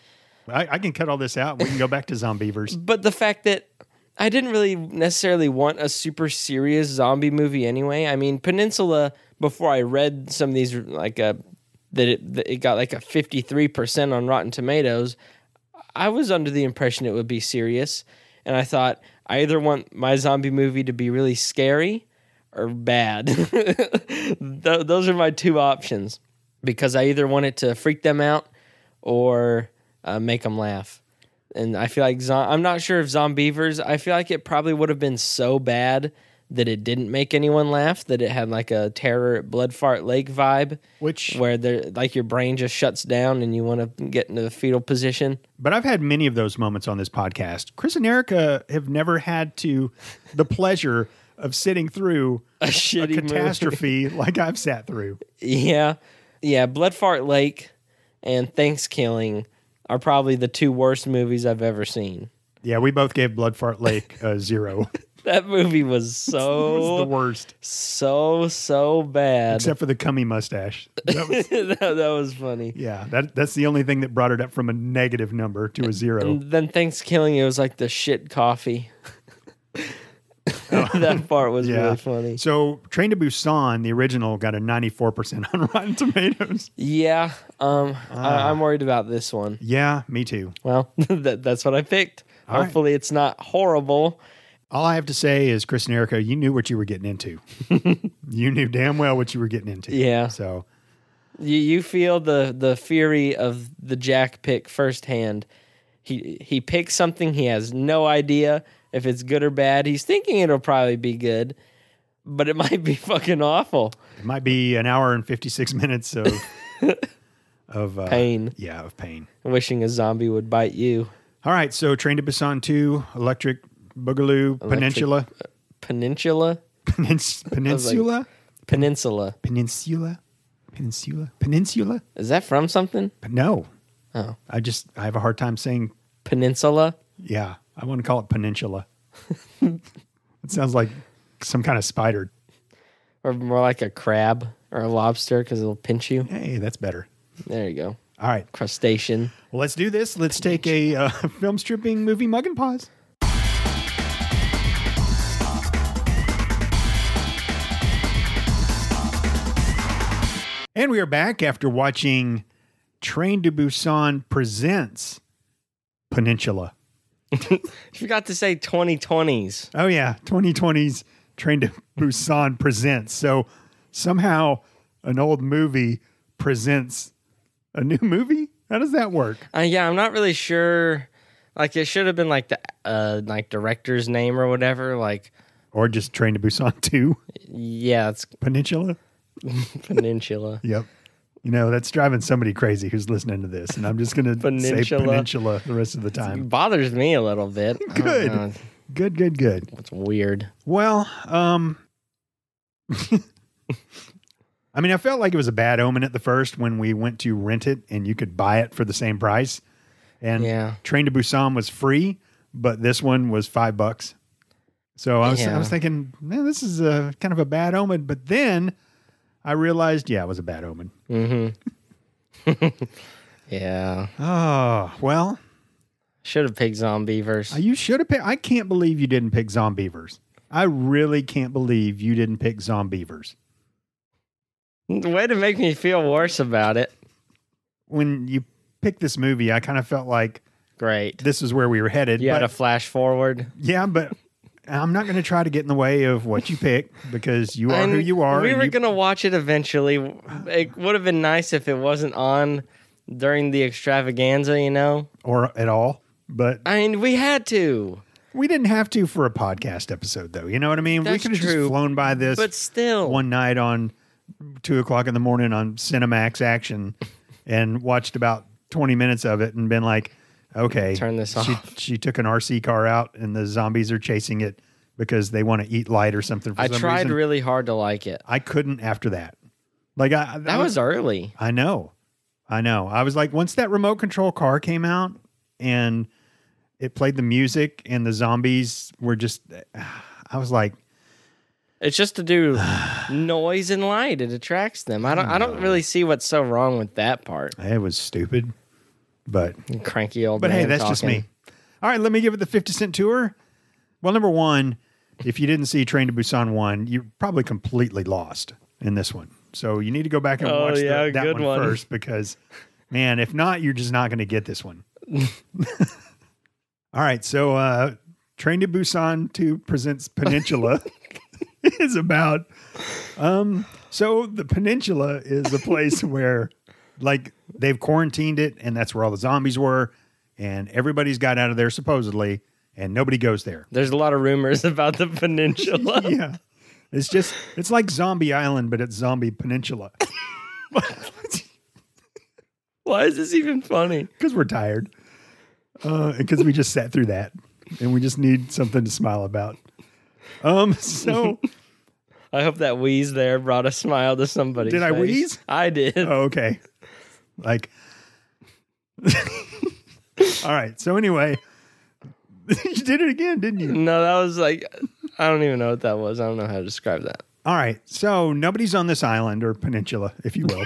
[SPEAKER 1] I, I can cut all this out. We can go back to
[SPEAKER 2] *laughs*
[SPEAKER 1] Zombievers.
[SPEAKER 2] but the fact that I didn't really necessarily want a super serious zombie movie anyway. I mean, Peninsula. Before I read some of these, like uh that it, that it got like a fifty three percent on Rotten Tomatoes. I was under the impression it would be serious, and I thought I either want my zombie movie to be really scary or bad. *laughs* Th- those are my two options because I either want it to freak them out or uh, make them laugh. And I feel like zo- I'm not sure if Zombievers. I feel like it probably would have been so bad that it didn't make anyone laugh. That it had like a terror at Blood Fart Lake vibe,
[SPEAKER 1] Which,
[SPEAKER 2] where there like your brain just shuts down and you want to get into a fetal position.
[SPEAKER 1] but I've had many of those moments on this podcast. Chris and Erica have never had to the pleasure of sitting through
[SPEAKER 2] A shitty
[SPEAKER 1] a
[SPEAKER 2] movie.
[SPEAKER 1] catastrophe like I've sat through.
[SPEAKER 2] Yeah. Yeah. Blood Fart Lake and Thanksgiving are probably the two worst movies I've ever seen.
[SPEAKER 1] Yeah, we both gave Blood Fart Lake a zero. *laughs*
[SPEAKER 2] That movie was
[SPEAKER 1] it was the
[SPEAKER 2] so,
[SPEAKER 1] worst,
[SPEAKER 2] so, so
[SPEAKER 1] *laughs*
[SPEAKER 2] bad. *laughs*
[SPEAKER 1] except for the cummy mustache. That was-
[SPEAKER 2] that, that was funny.
[SPEAKER 1] yeah, that, that's the only thing that brought it up from a negative number to a zero.
[SPEAKER 2] And then Thanksgiving, it was like the
[SPEAKER 1] *laughs*
[SPEAKER 2] shit coffee. *laughs* that part was
[SPEAKER 1] Yeah.
[SPEAKER 2] really
[SPEAKER 1] *laughs*
[SPEAKER 2] funny.
[SPEAKER 1] So, Train to Busan, the original, got a 94% on *laughs* Rotten Tomatoes.
[SPEAKER 2] Yeah. Um,
[SPEAKER 1] Ah.
[SPEAKER 2] I, I'm worried about this one.
[SPEAKER 1] Yeah, me too.
[SPEAKER 2] Well, *laughs* that, that's what I picked.
[SPEAKER 1] All right.
[SPEAKER 2] Hopefully, it's not horrible.
[SPEAKER 1] All I have to say is, Chris and Erica, you knew what you were getting
[SPEAKER 2] *laughs*
[SPEAKER 1] into. you knew damn well what you were getting into.
[SPEAKER 2] Yeah.
[SPEAKER 1] So,
[SPEAKER 2] You you feel the the fury of the Jack pick firsthand. He he picks something he has no idea if it's good or bad. He's thinking it'll probably be good, but it *laughs* might be fucking awful.
[SPEAKER 1] it might be an hour and 56 minutes
[SPEAKER 2] *laughs*
[SPEAKER 1] of of uh,
[SPEAKER 2] Pain.
[SPEAKER 1] Yeah, of pain.
[SPEAKER 2] Wishing a zombie would bite you.
[SPEAKER 1] All right. So, Train to Busan 2, Electric Boogaloo,
[SPEAKER 2] *laughs*
[SPEAKER 1] Peninsula.
[SPEAKER 2] Peninsula,
[SPEAKER 1] Penins- *laughs* peninsula?
[SPEAKER 2] peninsula.
[SPEAKER 1] peninsula? Peninsula? Peninsula?
[SPEAKER 2] Is that from something?
[SPEAKER 1] No.
[SPEAKER 2] Oh.
[SPEAKER 1] I just, I have a hard time saying
[SPEAKER 2] Peninsula.
[SPEAKER 1] Yeah, I want to call it
[SPEAKER 2] *laughs*
[SPEAKER 1] peninsula. it sounds like some kind of spider.
[SPEAKER 2] Or more like a crab or a lobster because it'll pinch you.
[SPEAKER 1] Hey, that's better.
[SPEAKER 2] There you go.
[SPEAKER 1] All right,
[SPEAKER 2] Crustacean.
[SPEAKER 1] well, let's do this. Let's take a uh, *laughs* film stripping movie mug and pause. And we are back after watching Train to Busan presents Peninsula.
[SPEAKER 2] I forgot to say 2020s.
[SPEAKER 1] Oh yeah, 2020's Train to Busan presents. So somehow an old movie presents a new movie. How does that work?
[SPEAKER 2] Uh, yeah, I'm not really sure. Like it should have been like the uh, like director's name or whatever. Like
[SPEAKER 1] Or just Train to Busan 2
[SPEAKER 2] yeah, it's *laughs*
[SPEAKER 1] Peninsula?
[SPEAKER 2] Peninsula.
[SPEAKER 1] Yep. You know, that's driving somebody crazy who's listening to this. And I'm just going to say
[SPEAKER 2] Peninsula.
[SPEAKER 1] Peninsula the rest of the time.
[SPEAKER 2] It bothers me a little bit. I don't
[SPEAKER 1] Good.
[SPEAKER 2] know,
[SPEAKER 1] Good, good, good.
[SPEAKER 2] It's weird.
[SPEAKER 1] Well, um, *laughs* I mean, I felt like it was a bad omen at the first when we went to rent it and you could buy it for the same price. And
[SPEAKER 2] Yeah.
[SPEAKER 1] Train to Busan was free, but this one was five bucks. So I was, I
[SPEAKER 2] Yeah.
[SPEAKER 1] was thinking, man, this is a kind of a bad omen. But then I realized, yeah, it was a bad omen.
[SPEAKER 2] hmm *laughs* yeah.
[SPEAKER 1] Oh, well,
[SPEAKER 2] Should have picked zombie verse.
[SPEAKER 1] you should have picked. I can't believe you didn't pick Zombievers. I really can't believe you didn't pick Zombievers.
[SPEAKER 2] Way to make me feel worse about it.
[SPEAKER 1] when you picked this movie, I kind of felt like
[SPEAKER 2] Great.
[SPEAKER 1] this is where we were headed.
[SPEAKER 2] You had
[SPEAKER 1] but,
[SPEAKER 2] a flash forward.
[SPEAKER 1] *laughs* yeah, but I'm not going to try to get in the way of what you pick because you are who
[SPEAKER 2] And
[SPEAKER 1] you are.
[SPEAKER 2] We
[SPEAKER 1] and
[SPEAKER 2] were
[SPEAKER 1] you-
[SPEAKER 2] gonna watch it eventually. It would have been nice if it wasn't on during the extravaganza, you know.
[SPEAKER 1] or at all. But
[SPEAKER 2] I mean, we had to,
[SPEAKER 1] we didn't have to for a podcast episode, though. You know what I mean? we
[SPEAKER 2] That's
[SPEAKER 1] could have just
[SPEAKER 2] true.
[SPEAKER 1] flown by this
[SPEAKER 2] but still,
[SPEAKER 1] one night on two o'clock in the morning on Cinemax
[SPEAKER 2] *laughs*
[SPEAKER 1] Action and watched about 20 minutes of it and been like, okay,
[SPEAKER 2] Turn this
[SPEAKER 1] she,
[SPEAKER 2] off.
[SPEAKER 1] She took an RC car out and the zombies are chasing it because they want to eat light or something. For
[SPEAKER 2] I
[SPEAKER 1] some
[SPEAKER 2] tried
[SPEAKER 1] reason.
[SPEAKER 2] really hard to like it.
[SPEAKER 1] I couldn't after that. Like I
[SPEAKER 2] That was early.
[SPEAKER 1] I know. I know. I was like once that remote control car came out and it played the music and the zombies were just *sighs* I was like
[SPEAKER 2] It's just
[SPEAKER 1] *sighs*
[SPEAKER 2] to do noise and light. It attracts them. I don't. I don't really see what's so wrong with that part.
[SPEAKER 1] it was stupid. But
[SPEAKER 2] Cranky old.
[SPEAKER 1] but hey,
[SPEAKER 2] man
[SPEAKER 1] that's just
[SPEAKER 2] talking.
[SPEAKER 1] me. All right, let me give it the 50 cent tour. Well, number 1, if you didn't see Train to Busan 1, you're probably completely lost in this one. So you need to go back and
[SPEAKER 2] Oh,
[SPEAKER 1] watch the-
[SPEAKER 2] yeah,
[SPEAKER 1] that
[SPEAKER 2] good
[SPEAKER 1] one
[SPEAKER 2] one.
[SPEAKER 1] first because man, if not, you're just not going to get this one.
[SPEAKER 2] *laughs*
[SPEAKER 1] All right, so uh, Train to Busan 2 presents
[SPEAKER 2] *laughs*
[SPEAKER 1] Peninsula is about. Um, so the Peninsula is a place
[SPEAKER 2] *laughs*
[SPEAKER 1] where, like, they've quarantined it, and that's where all the zombies were, and everybody's got out of there supposedly, and nobody goes there.
[SPEAKER 2] There's a lot of rumors *laughs* about the peninsula.
[SPEAKER 1] *laughs* Yeah, it's just it's like Zombie Island, but it's Zombie Peninsula
[SPEAKER 2] Why is this even funny?
[SPEAKER 1] because we're tired, uh, because we just sat through that, and we just need something to smile about. Um, so.
[SPEAKER 2] I hope that wheeze there brought a smile to somebody.
[SPEAKER 1] Did I wheeze?
[SPEAKER 2] I did.
[SPEAKER 1] Oh, okay. Like, *laughs* all right. So anyway, *laughs* you did it again, didn't you?
[SPEAKER 2] No, that was like I don't even know what that was. I don't know how to describe that.
[SPEAKER 1] All right. So nobody's on this island or peninsula, if you will.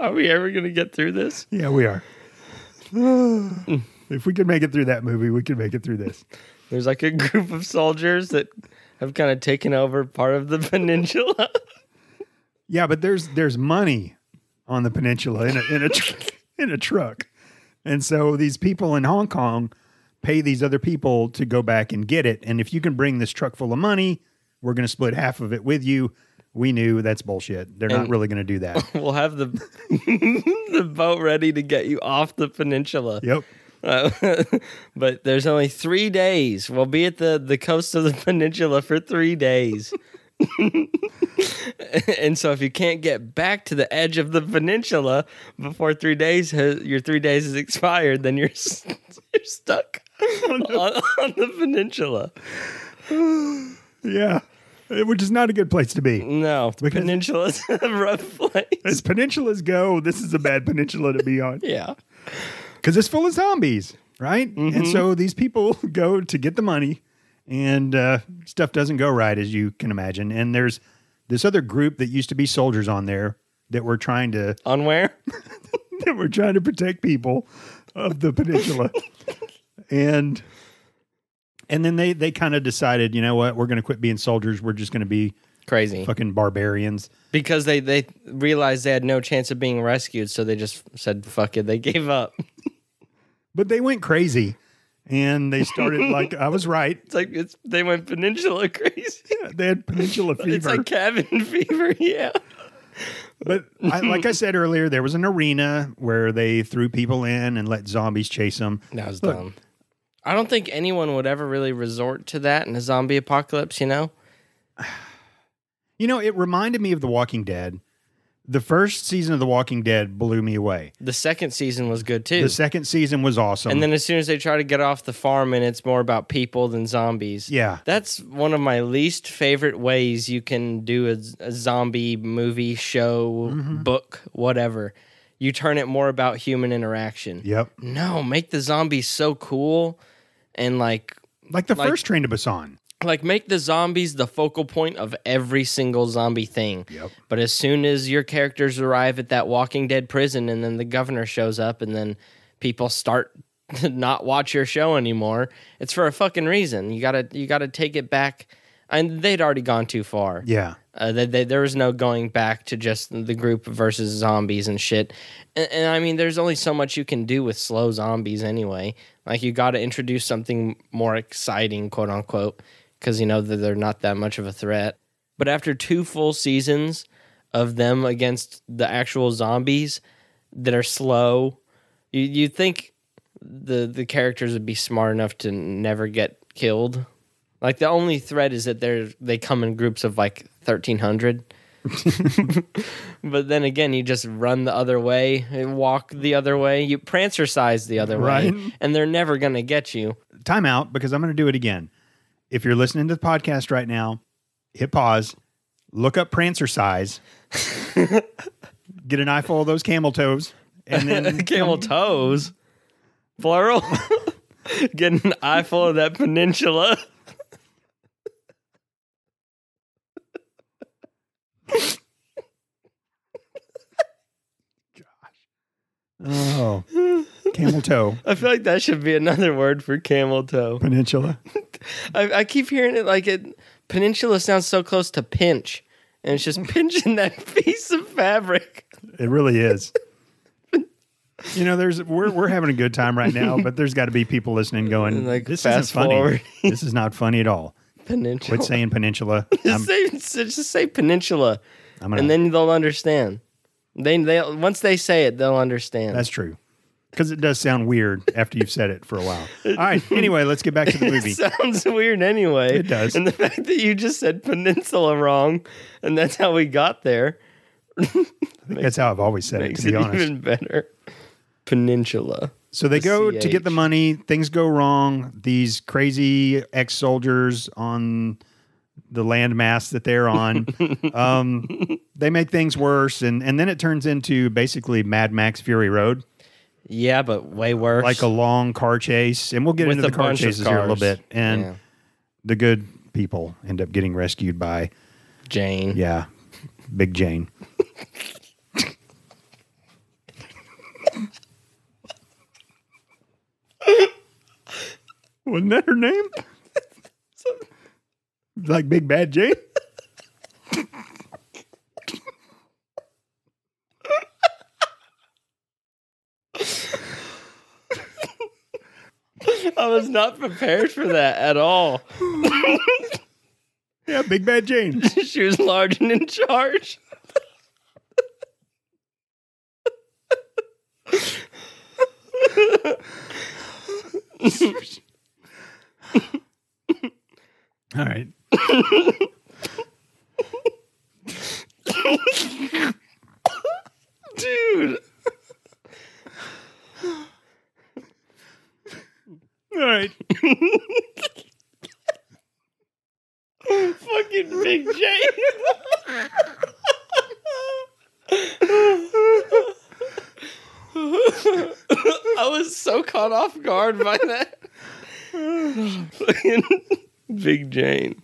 [SPEAKER 2] Are we ever gonna get through this?
[SPEAKER 1] yeah, we are. if we could make it through that movie, we could make it through this.
[SPEAKER 2] There's like a *laughs* group of soldiers that have kind of taken over part of the *laughs* peninsula.
[SPEAKER 1] Yeah, but there's there's money on the peninsula in a in a tr- *laughs* in a truck, and so these people in Hong Kong pay these other people to go back and get it. And if you can bring this truck full of money, we're going to split half of it with you. We knew that's bullshit. They're not
[SPEAKER 2] And-
[SPEAKER 1] really going to do that.
[SPEAKER 2] *laughs* we'll have the the boat ready to get you off the peninsula.
[SPEAKER 1] yep.
[SPEAKER 2] Uh, but there's only three days. We'll be at the, the coast of the *laughs* peninsula for three days. *laughs* and so if you can't get back to the edge of the peninsula before three days, has, your three days is expired, then you're, s- *laughs* you're stuck on, *laughs* on the peninsula.
[SPEAKER 1] Yeah. Eh, Which is not a good place to be.
[SPEAKER 2] No, the
[SPEAKER 1] Because-
[SPEAKER 2] peninsula's *laughs* a rough place.
[SPEAKER 1] As peninsulas go, this is a bad peninsula to be on.
[SPEAKER 2] Yeah.
[SPEAKER 1] because it's full of zombies, right? And
[SPEAKER 2] Mm-hmm.
[SPEAKER 1] so these people *laughs* go to get the money, and uh, stuff doesn't go right, as you can imagine. And there's this other group that used to be soldiers on there that were trying to *laughs*
[SPEAKER 2] On where?
[SPEAKER 1] that were trying to protect people of the
[SPEAKER 2] *laughs*
[SPEAKER 1] peninsula, and and then they they kind of decided, you know what, we're going to quit being soldiers. We're just going to be
[SPEAKER 2] Crazy.
[SPEAKER 1] fucking barbarians.
[SPEAKER 2] Because they, they realized they had no chance of being rescued, so they just said, fuck it. They gave up. *laughs*
[SPEAKER 1] But they went crazy and they started
[SPEAKER 2] *laughs*
[SPEAKER 1] like, I was right.
[SPEAKER 2] It's like it's, they went peninsula *laughs* crazy.
[SPEAKER 1] They had peninsula fever.
[SPEAKER 2] It's like cabin *laughs* fever. Yeah. *laughs*
[SPEAKER 1] But I, like I said earlier, there was an arena where they threw people in and let zombies chase them.
[SPEAKER 2] That was
[SPEAKER 1] Look.
[SPEAKER 2] dumb. I don't think anyone would ever really resort to that in a zombie apocalypse, you know?
[SPEAKER 1] You know, it reminded me of The Walking Dead. The first season of The Walking Dead blew me away.
[SPEAKER 2] The second season was good too.
[SPEAKER 1] The second season was awesome.
[SPEAKER 2] and then as soon as they try to get off the farm and it's more about people than zombies.
[SPEAKER 1] yeah,
[SPEAKER 2] That's one of my least favorite ways you can do a, z- a zombie movie, show, book, whatever. You turn it more about human interaction.
[SPEAKER 1] yep.
[SPEAKER 2] No, make the zombies so cool and like
[SPEAKER 1] Like the
[SPEAKER 2] Like-
[SPEAKER 1] first Train to Busan.
[SPEAKER 2] like make the zombies the focal point of every single zombie thing.
[SPEAKER 1] Yep.
[SPEAKER 2] But as soon as your characters arrive at that Walking Dead prison and then the governor shows up and then people start *laughs* to not watch your show anymore, it's for a fucking reason. You got to you got to take it back and they'd already gone too far.
[SPEAKER 1] Yeah.
[SPEAKER 2] Uh, they, they, there was no going back to just the group versus zombies and shit. And, and I mean, there's only so much you can do with slow zombies anyway. Like, you got to introduce something more exciting, quote unquote, because you know that they're not that much of a threat. But after two full seasons of them against the actual zombies that are slow, you, you'd think the, the characters would be smart enough to never get killed. Like the only threat is that they're they come in groups of like
[SPEAKER 1] *laughs*
[SPEAKER 2] thirteen hundred. but then again, you just run the other way, and walk the other way, you prancer size the other way,
[SPEAKER 1] Right.
[SPEAKER 2] and they're never gonna get you.
[SPEAKER 1] Time out because I'm going to do it again. If you're listening to the podcast right now, hit pause, look up Prancer size, get an eyeful of those camel toes, and
[SPEAKER 2] *laughs*
[SPEAKER 1] then
[SPEAKER 2] Camel toes, plural. *laughs* get an eyeful of that peninsula. *laughs*
[SPEAKER 1] oh, camel toe
[SPEAKER 2] I feel like that should be another word for camel toe.
[SPEAKER 1] peninsula.
[SPEAKER 2] I, I keep hearing it like it. Peninsula sounds so close to pinch, and it's *laughs* just pinching that piece of fabric.
[SPEAKER 1] It really is. You know, there's we're we're having a good time right now, but there's got to be people listening going,
[SPEAKER 2] Like,
[SPEAKER 1] "This
[SPEAKER 2] fast
[SPEAKER 1] isn't funny.
[SPEAKER 2] forward.
[SPEAKER 1] this is not funny at all."
[SPEAKER 2] Peninsula.
[SPEAKER 1] Quit saying peninsula.
[SPEAKER 2] *laughs* Just
[SPEAKER 1] I'm,
[SPEAKER 2] say, just say peninsula,
[SPEAKER 1] Um, I'm gonna,
[SPEAKER 2] and then they'll understand. They they once they say it, they'll understand.
[SPEAKER 1] that's true, because it does sound weird after you've said it for a while. All right. Anyway, let's get
[SPEAKER 2] *laughs*
[SPEAKER 1] back to the movie.
[SPEAKER 2] It sounds weird anyway.
[SPEAKER 1] It does.
[SPEAKER 2] And the fact that you just said peninsula wrong, and that's how we got there,
[SPEAKER 1] That's how I've always said it.
[SPEAKER 2] makes
[SPEAKER 1] To
[SPEAKER 2] it
[SPEAKER 1] be honest,
[SPEAKER 2] even better. Peninsula.
[SPEAKER 1] So they
[SPEAKER 2] The
[SPEAKER 1] go to get
[SPEAKER 2] CH.
[SPEAKER 1] the money. Things go wrong. These crazy ex soldiers on the landmass that they're
[SPEAKER 2] *laughs*
[SPEAKER 1] on, um, they make things worse, and and then it turns into basically Mad Max Fury Road,
[SPEAKER 2] Yeah, but way worse.
[SPEAKER 1] like a long car chase. And we'll get
[SPEAKER 2] With
[SPEAKER 1] into
[SPEAKER 2] a
[SPEAKER 1] the car
[SPEAKER 2] bunch of
[SPEAKER 1] chases here a little
[SPEAKER 2] cars.
[SPEAKER 1] bit. And
[SPEAKER 2] Yeah.
[SPEAKER 1] the good people end up getting rescued by
[SPEAKER 2] Jane.
[SPEAKER 1] yeah, Big Jane. Wasn't that her name? like Big Bad Jane?
[SPEAKER 2] I was not prepared for that at all.
[SPEAKER 1] Yeah, Big Bad Jane.
[SPEAKER 2] she was large and in charge.
[SPEAKER 1] All right.
[SPEAKER 2] Dude.
[SPEAKER 1] All right.
[SPEAKER 2] Fucking Big J. I was so caught off guard by that. Fucking Big Jane.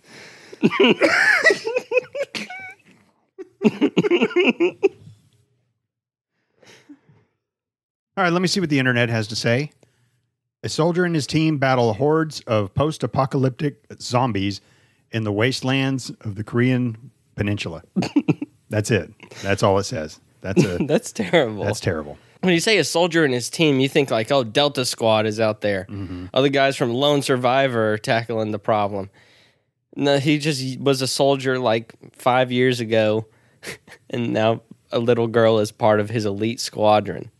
[SPEAKER 1] All right, let me see what the internet has to say. A soldier and his team battle hordes of post apocalyptic zombies in the wastelands of the Korean Peninsula. *laughs* That's it. That's all it says. That's a
[SPEAKER 2] That's terrible.
[SPEAKER 1] that's terrible.
[SPEAKER 2] when you say a soldier and his team, you think like, oh, Delta Squad is out there.
[SPEAKER 1] Mm-hmm.
[SPEAKER 2] Other guys from Lone Survivor are tackling the problem. No, he just was a soldier like five years ago, *laughs* and now a little girl is part of his elite squadron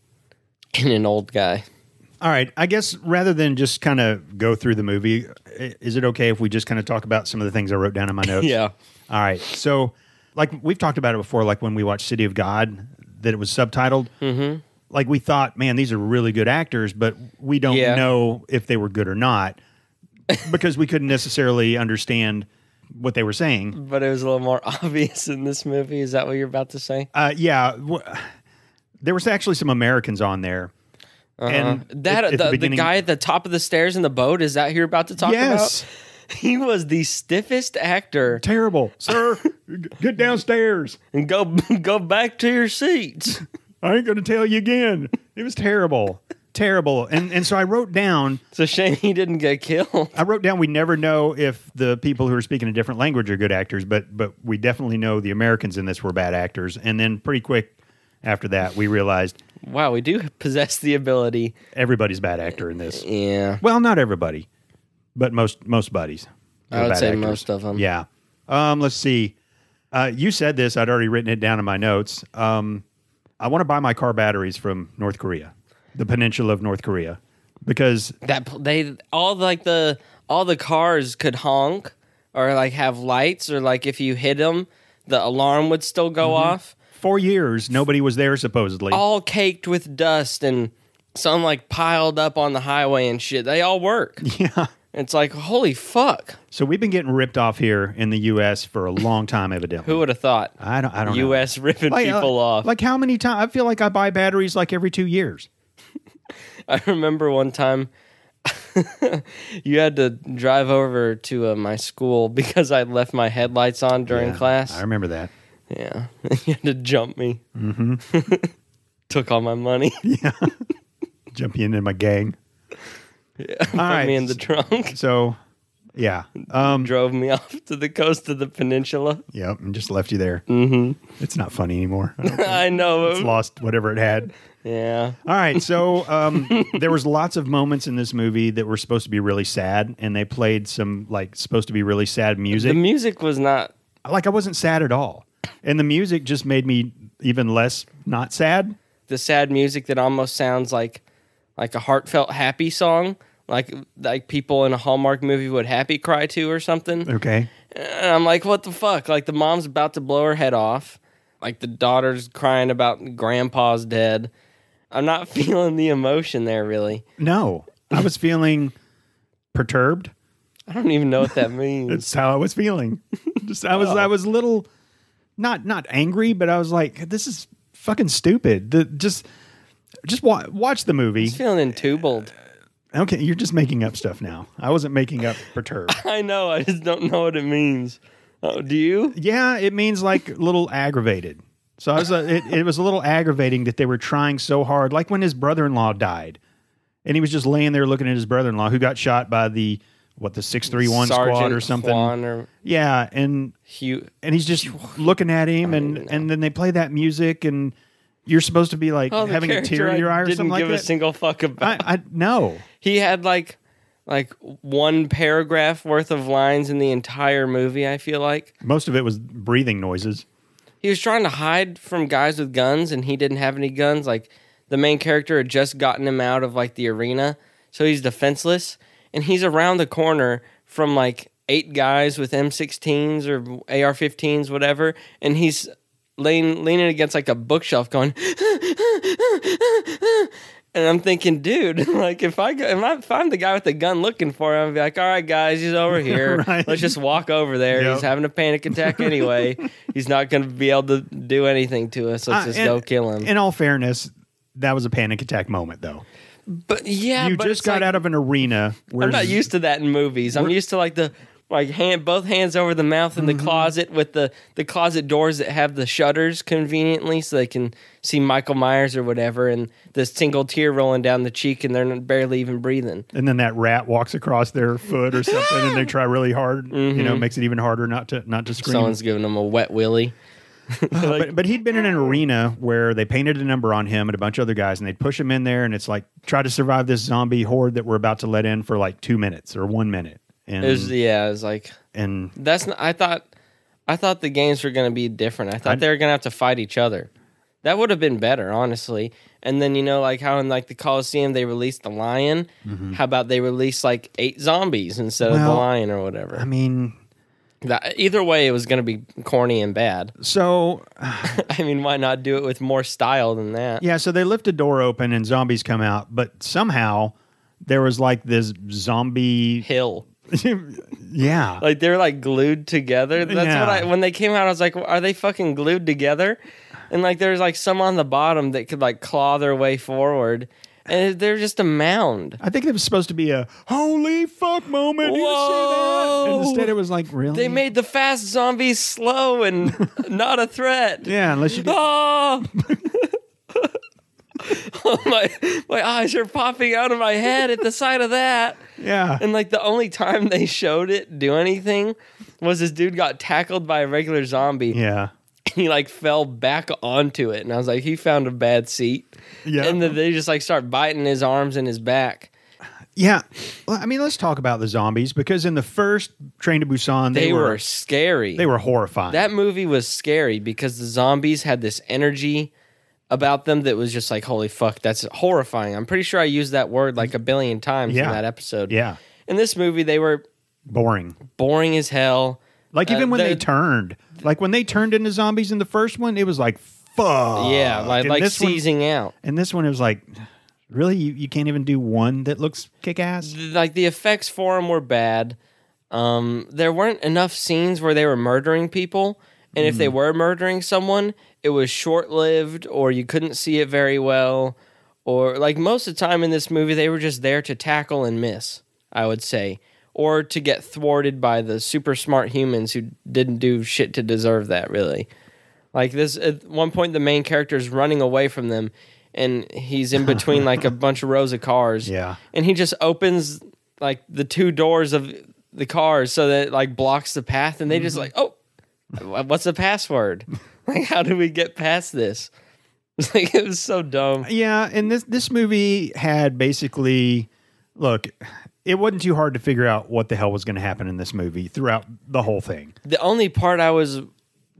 [SPEAKER 2] and an old guy. *laughs*
[SPEAKER 1] All right. I guess rather than just kind of go through the movie, i- is it okay if we just kind of talk about some of the things I wrote down in my notes?
[SPEAKER 2] *laughs* Yeah.
[SPEAKER 1] All right. So, like we've talked about it before, like when we watched City of God, that it was subtitled. Mm-hmm. Like we thought, man, these are really good actors, but we don't
[SPEAKER 2] Yeah.
[SPEAKER 1] know if they were good or
[SPEAKER 2] *laughs*
[SPEAKER 1] not because we couldn't necessarily understand what they were saying.
[SPEAKER 2] But it was a little more *laughs* obvious in this movie. Is that what you're about to say?
[SPEAKER 1] Uh, yeah, w- there was actually some Americans on there, and
[SPEAKER 2] Uh-huh. that
[SPEAKER 1] at- at
[SPEAKER 2] the, the,
[SPEAKER 1] beginning-
[SPEAKER 2] guy at the top of the stairs in the boat is that who you're about to talk
[SPEAKER 1] Yes.
[SPEAKER 2] about? *laughs* He was the stiffest actor.
[SPEAKER 1] terrible, sir. g- get downstairs.
[SPEAKER 2] And go *laughs* go back to your seats.
[SPEAKER 1] I ain't going to tell you again. It was terrible, terrible. And and so I wrote down.
[SPEAKER 2] It's
[SPEAKER 1] *laughs*
[SPEAKER 2] a shame he didn't get killed.
[SPEAKER 1] I wrote down we never know if the people who are speaking a different language are good actors, but but we definitely know the Americans in this were bad actors. And then pretty quick after that, we realized
[SPEAKER 2] Wow, we do possess the ability.
[SPEAKER 1] everybody's bad actor in this.
[SPEAKER 2] Yeah.
[SPEAKER 1] Well, not everybody, but most most buddies.
[SPEAKER 2] I would say most of 'em.
[SPEAKER 1] Yeah. Um, let's see. Uh, you said this. I'd already written it down in my notes. Um, I want to buy my car batteries from North Korea, the peninsula of North Korea, because
[SPEAKER 2] That pl- they all like the all the cars could honk or like have lights or like if you hit them, the alarm would still go
[SPEAKER 1] Mm-hmm.
[SPEAKER 2] off.
[SPEAKER 1] for years nobody was there supposedly.
[SPEAKER 2] All caked with dust and some like piled up on the highway and shit. They all work.
[SPEAKER 1] *laughs* Yeah.
[SPEAKER 2] It's like holy fuck.
[SPEAKER 1] So we've been getting ripped off here in the U.S. for a long time, evidently.
[SPEAKER 2] Who would have thought?
[SPEAKER 1] I don't. I don't. know.
[SPEAKER 2] U.S. ripping
[SPEAKER 1] Like, uh,
[SPEAKER 2] people off.
[SPEAKER 1] Like how many times? I feel like I buy batteries like every two years.
[SPEAKER 2] *laughs* I remember one time *laughs* you had to drive over to uh, my school *laughs* because I left my headlights on during
[SPEAKER 1] Yeah,
[SPEAKER 2] class.
[SPEAKER 1] I remember that.
[SPEAKER 2] yeah, *laughs* you had to jump me. Mm-hmm. *laughs* Took all my money, *laughs*
[SPEAKER 1] Jumping into my gang.
[SPEAKER 2] put
[SPEAKER 1] right.
[SPEAKER 2] me in the trunk, *laughs*
[SPEAKER 1] So, yeah. Um.
[SPEAKER 2] drove me *laughs* off to the coast of
[SPEAKER 1] *laughs*
[SPEAKER 2] the peninsula. *laughs*
[SPEAKER 1] Yep, and just left you there. Mm-hmm. It's not funny anymore. I don't-
[SPEAKER 2] I know.
[SPEAKER 1] It's lost whatever it had.
[SPEAKER 2] yeah,
[SPEAKER 1] All right, so um, there was lots of moments in this movie that were supposed to be really sad, and they played some like supposed to be really sad
[SPEAKER 2] the
[SPEAKER 1] music.
[SPEAKER 2] music was not.
[SPEAKER 1] like I wasn't sad at all, and the music just made me even less not sad.
[SPEAKER 2] the sad music that almost sounds like like a heartfelt happy song, like like people in a Hallmark movie would happy cry to or something.
[SPEAKER 1] Okay,
[SPEAKER 2] And I'm like, what the fuck? Like the mom's about to blow her head off. Like the daughter's crying about grandpa's dead. I'm not *laughs* feeling the emotion there really.
[SPEAKER 1] no, I was feeling perturbed.
[SPEAKER 2] I don't even know
[SPEAKER 1] *laughs*
[SPEAKER 2] what that means.
[SPEAKER 1] That's how I was
[SPEAKER 2] *laughs*
[SPEAKER 1] feeling. Just I was
[SPEAKER 2] Oh.
[SPEAKER 1] I was a little not not angry, but I was like, this is fucking stupid. The, just just wa- watch the movie.
[SPEAKER 2] I'm feeling entubled.
[SPEAKER 1] Okay, you're just making up stuff now. I wasn't making up
[SPEAKER 2] *laughs*
[SPEAKER 1] perturb.
[SPEAKER 2] I know. I just don't know what it means. Oh, do you?
[SPEAKER 1] yeah, it means like a little aggravated. So I was uh it, it was a little aggravating that they were trying so hard. Like when his brother-in-law died, and he was just laying there looking at his brother-in-law who got shot by the what the six three one squad
[SPEAKER 2] Sergeant
[SPEAKER 1] or something.
[SPEAKER 2] Juan or
[SPEAKER 1] Yeah, and
[SPEAKER 2] Hugh.
[SPEAKER 1] and he's just looking at him, and and then they play that music, and you're supposed to be like
[SPEAKER 2] Oh, the
[SPEAKER 1] having a
[SPEAKER 2] character
[SPEAKER 1] tear in your
[SPEAKER 2] I
[SPEAKER 1] eye or
[SPEAKER 2] didn't
[SPEAKER 1] something like
[SPEAKER 2] give a
[SPEAKER 1] that.
[SPEAKER 2] single fuck about.
[SPEAKER 1] I, I no.
[SPEAKER 2] he had like like one paragraph worth of lines in the entire movie i feel like
[SPEAKER 1] Most of it was breathing noises.
[SPEAKER 2] he was trying to hide from guys with guns and he didn't have any guns like the main character had just gotten him out of like the arena so he's defenseless and he's around the corner from like eight guys with m16s or ar15s whatever and he's lean, leaning against like a bookshelf going *laughs* and i'm thinking dude *laughs* like if i go, if, I, if i'm the guy with the gun looking for him i'd be like all right guys he's over here
[SPEAKER 1] Right.
[SPEAKER 2] let's just walk over there
[SPEAKER 1] Yep.
[SPEAKER 2] he's having a panic
[SPEAKER 1] *laughs*
[SPEAKER 2] attack anyway. He's not going to be able to do anything to us. Let's
[SPEAKER 1] Uh,
[SPEAKER 2] just
[SPEAKER 1] and-
[SPEAKER 2] go kill him.
[SPEAKER 1] In all fairness, that was a panic attack moment, though.
[SPEAKER 2] but yeah,
[SPEAKER 1] you
[SPEAKER 2] but
[SPEAKER 1] just
[SPEAKER 2] it's
[SPEAKER 1] got
[SPEAKER 2] like-
[SPEAKER 1] out of an arena where
[SPEAKER 2] I'm not used to that in movies. I'm used to like the like hand both hands over the mouth
[SPEAKER 1] Mm-hmm.
[SPEAKER 2] in the closet with the the closet doors that have the shutters conveniently so they can see Michael Myers or whatever and this single tear rolling down the cheek and they're barely even breathing.
[SPEAKER 1] and then that rat walks across their foot or something,
[SPEAKER 2] *laughs*
[SPEAKER 1] and they try really hard. You
[SPEAKER 2] Mm-hmm.
[SPEAKER 1] know, makes it even harder not to not to scream.
[SPEAKER 2] Someone's giving them a wet willy.
[SPEAKER 1] but, but he'd been in an arena where they painted a number on him and a bunch of other guys, and they'd push him in there, and it's like try to survive this zombie horde that we're about to let in for like two minutes or one minute. And
[SPEAKER 2] It was yeah, it was like
[SPEAKER 1] and
[SPEAKER 2] that's not, I thought I thought the games were going to be different. I thought
[SPEAKER 1] I'd-
[SPEAKER 2] they were going to have to fight each other. That would have been better, honestly. And then you know like how in like the Coliseum they released the lion, how about they release like eight zombies instead of the
[SPEAKER 1] Mm-hmm. Well,
[SPEAKER 2] lion or whatever.
[SPEAKER 1] I mean,
[SPEAKER 2] That, either way, it was going to be corny and bad. *laughs*
[SPEAKER 1] so
[SPEAKER 2] I mean, why not do it with more style than that?
[SPEAKER 1] Yeah, so they lift a door open and zombies come out, but somehow there was like this zombie. *laughs*
[SPEAKER 2] Hill.
[SPEAKER 1] yeah.
[SPEAKER 2] Like they're like glued together. That's what I
[SPEAKER 1] Yeah.
[SPEAKER 2] when they came out, I was like, are they fucking glued together? And like there's like some on the bottom that could like claw their way forward, and they're just a mound.
[SPEAKER 1] I think it was supposed to be a holy fuck moment. You see that?
[SPEAKER 2] Whoa.
[SPEAKER 1] And instead, it was like, really?
[SPEAKER 2] They made the fast zombies slow and not a threat.
[SPEAKER 1] Yeah, unless you
[SPEAKER 2] *laughs*
[SPEAKER 1] get.
[SPEAKER 2] Ah! Oh, my my eyes are popping out of my head at the sight of that.
[SPEAKER 1] Yeah.
[SPEAKER 2] And like the only time they showed it do anything was this dude got tackled by a regular zombie
[SPEAKER 1] Yeah.
[SPEAKER 2] and *laughs* he like fell back onto it. And I was like, he found a bad seat.
[SPEAKER 1] Yeah.
[SPEAKER 2] And then they just like start biting his arms and his back.
[SPEAKER 1] Yeah. Well, I mean, let's talk about the zombies because in the first Train to Busan,
[SPEAKER 2] They,
[SPEAKER 1] they,
[SPEAKER 2] were, scary.
[SPEAKER 1] they were horrifying.
[SPEAKER 2] that movie was scary because the zombies had this energy about them that was just like, holy fuck, that's horrifying. I'm pretty sure I used that word like a billion times in
[SPEAKER 1] Yeah.
[SPEAKER 2] that episode.
[SPEAKER 1] yeah.
[SPEAKER 2] In this movie, they were
[SPEAKER 1] Boring.
[SPEAKER 2] boring as hell.
[SPEAKER 1] Like
[SPEAKER 2] Uh,
[SPEAKER 1] even when
[SPEAKER 2] the-
[SPEAKER 1] they turned, like when they turned into zombies in the first one, it was like fuck.
[SPEAKER 2] yeah, like,
[SPEAKER 1] And
[SPEAKER 2] like
[SPEAKER 1] Uh, this one-
[SPEAKER 2] seizing out.
[SPEAKER 1] And this one, it was like, really, you, you can't even do one that looks kick ass.
[SPEAKER 2] like the effects for them were bad. Um, there weren't enough scenes where they were murdering people, and if they were murdering someone, it was short lived, or you couldn't see it very well, or like most of the time in this movie, they were just there to tackle and miss. I would say, or to get thwarted by the super smart humans who didn't do shit to deserve that. Really, like this at one point, the main character is running away from them. And he's in between like a bunch of rows of cars
[SPEAKER 1] Yeah.
[SPEAKER 2] and he just opens like the two doors of the cars so that it, like blocks the path and they just like oh wha- what's the password *laughs* like how do we get past this *laughs* it's like it was so dumb
[SPEAKER 1] Yeah, and this this movie had basically, look, it wasn't too hard to figure out what the hell was going to happen in this movie throughout the whole thing.
[SPEAKER 2] the only part i was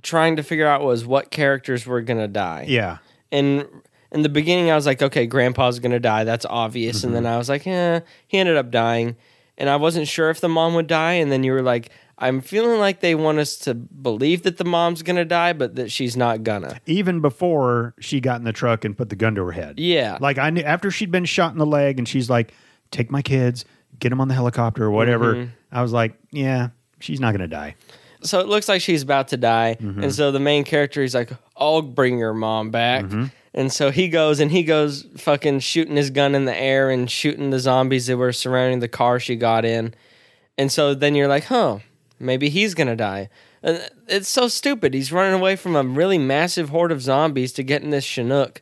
[SPEAKER 2] trying to figure out was what characters were gonna die
[SPEAKER 1] Yeah,
[SPEAKER 2] and in the beginning i was like okay grandpa's gonna die that's obvious and then i was like eh, he ended up dying and i wasn't sure if the mom would die and then you were like i'm feeling like they want us to believe that the mom's gonna die but that she's not gonna
[SPEAKER 1] even before she got in the truck and put the gun to her head.
[SPEAKER 2] yeah
[SPEAKER 1] Like I knew after she'd been shot in the leg, and she's like, "Take my kids, get them on the helicopter or whatever."
[SPEAKER 2] Mm-hmm.
[SPEAKER 1] I was like, "Yeah, she's not going to die."
[SPEAKER 2] so it looks like she's about to die and so the main character is like i'll bring your mom back and so he goes and he goes fucking shooting his gun in the air and shooting the zombies that were surrounding the car she got in and so then you're like huh maybe he's gonna die and it's so stupid he's running away from a really massive horde of zombies to get in this chinook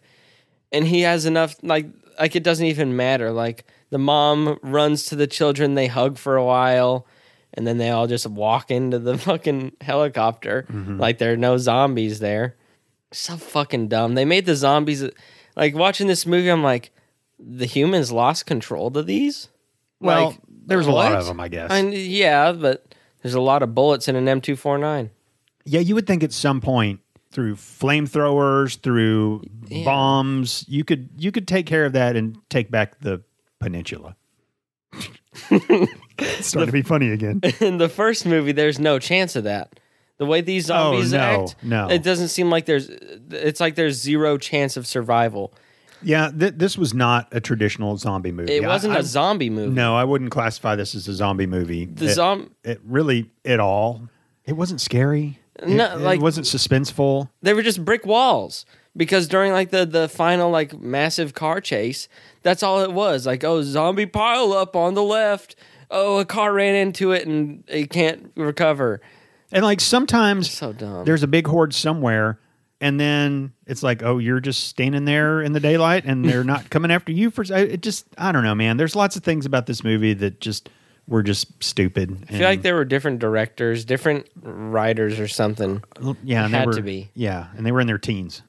[SPEAKER 2] and he has enough like like it doesn't even matter like the mom runs to the children they hug for a while and then they all just walk into the *laughs* fucking helicopter
[SPEAKER 1] Mm-hmm.
[SPEAKER 2] like there are no zombies there so fucking dumb they made the zombies like watching this movie i'm like the humans lost control to these
[SPEAKER 1] Well,
[SPEAKER 2] Like,
[SPEAKER 1] there was a lot
[SPEAKER 2] what?
[SPEAKER 1] of them, I guess.
[SPEAKER 2] and yeah but there's a lot of bullets in an m249
[SPEAKER 1] Yeah, you would think at some point through flamethrowers, through
[SPEAKER 2] Yeah.
[SPEAKER 1] bombs, you could you could take care of that and take back the
[SPEAKER 2] *laughs*
[SPEAKER 1] peninsula. it's starting to be funny
[SPEAKER 2] *laughs*
[SPEAKER 1] again.
[SPEAKER 2] *laughs* in the first movie, there's no chance of that. The way these
[SPEAKER 1] Oh,
[SPEAKER 2] zombies
[SPEAKER 1] no,
[SPEAKER 2] act,
[SPEAKER 1] no.
[SPEAKER 2] it doesn't seem like there's. It's like there's zero chance of survival.
[SPEAKER 1] Yeah, th- this was not a traditional zombie movie.
[SPEAKER 2] It
[SPEAKER 1] I-
[SPEAKER 2] wasn't
[SPEAKER 1] I-
[SPEAKER 2] a zombie movie.
[SPEAKER 1] No, I wouldn't classify this as a zombie movie.
[SPEAKER 2] the
[SPEAKER 1] it,
[SPEAKER 2] zom
[SPEAKER 1] it really at all. It wasn't scary. It-
[SPEAKER 2] No, like-
[SPEAKER 1] it wasn't suspenseful.
[SPEAKER 2] they were just brick walls because during like the the final like massive car chase, that's all it was. Like oh, zombie pile up on the left, oh, a car ran into it and it can't recover.
[SPEAKER 1] And like sometimes
[SPEAKER 2] So dumb.
[SPEAKER 1] there's a big horde somewhere, and then it's like, oh, you're just standing there in the daylight, and they're
[SPEAKER 2] *laughs*
[SPEAKER 1] not coming after you for. I- It just, I don't know, man. There's lots of things about this movie that just were just stupid.
[SPEAKER 2] I feel like there were different directors, different writers, or something.
[SPEAKER 1] yeah, and they
[SPEAKER 2] had
[SPEAKER 1] were,
[SPEAKER 2] to be.
[SPEAKER 1] yeah, and they were in their teens.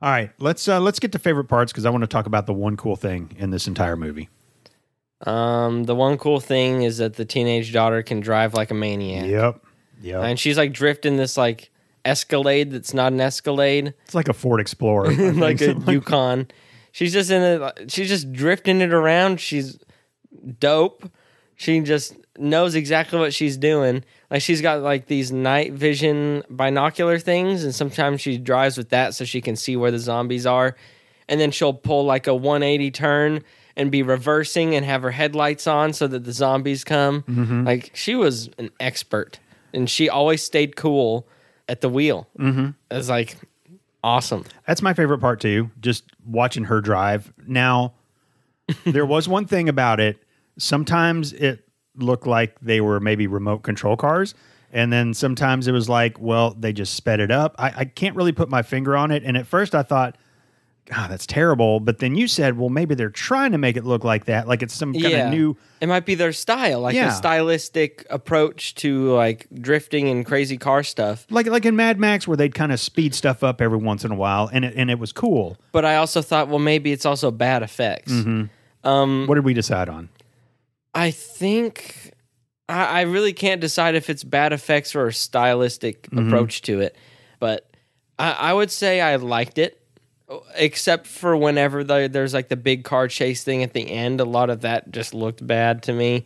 [SPEAKER 1] All right, let's uh, let's get to favorite parts because I want to talk about the one cool thing in this entire movie.
[SPEAKER 2] Um, the one cool thing is that the teenage daughter can drive like a maniac,
[SPEAKER 1] Yep, yep.
[SPEAKER 2] and she's like drifting this like Escalade that's not an Escalade,
[SPEAKER 1] it's like a Ford Explorer, I
[SPEAKER 2] *laughs*
[SPEAKER 1] think,
[SPEAKER 2] like a
[SPEAKER 1] something
[SPEAKER 2] Yukon. She's just in it. She's just drifting it around. She's dope. She just knows exactly what she's doing. Like she's got like these night vision binocular things, and sometimes she drives with that so she can see where the zombies are. And then she'll pull like a 180 turn and be reversing and have her headlights on so that the zombies come. Like she was an expert, and she always stayed cool at the wheel. Mm-hmm. It was like awesome.
[SPEAKER 1] That's my favorite part too, just watching her drive. Now, there was one thing about it. Sometimes it looked like they were maybe remote control cars. And then sometimes it was like, well, they just sped it up. I, I can't really put my finger on it. And at first I thought, God, that's terrible. But then you said, well, maybe they're trying to make it look like that. Like it's some kind of new.
[SPEAKER 2] It might be their style, like
[SPEAKER 1] Yeah.
[SPEAKER 2] a stylistic approach to like drifting and crazy car stuff.
[SPEAKER 1] Like, like in Mad Max, where they'd kind of speed stuff up every once in a while, and it, and it was cool.
[SPEAKER 2] But I also thought, well, maybe it's also bad effects.
[SPEAKER 1] Mm-hmm.
[SPEAKER 2] Um,
[SPEAKER 1] What did we decide on?
[SPEAKER 2] I think I, I really can't decide if it's bad effects or a stylistic
[SPEAKER 1] Mm-hmm.
[SPEAKER 2] approach to it. But I, I would say I liked it, except for whenever the, there's like the big car chase thing at the end. A lot of that just looked bad to me.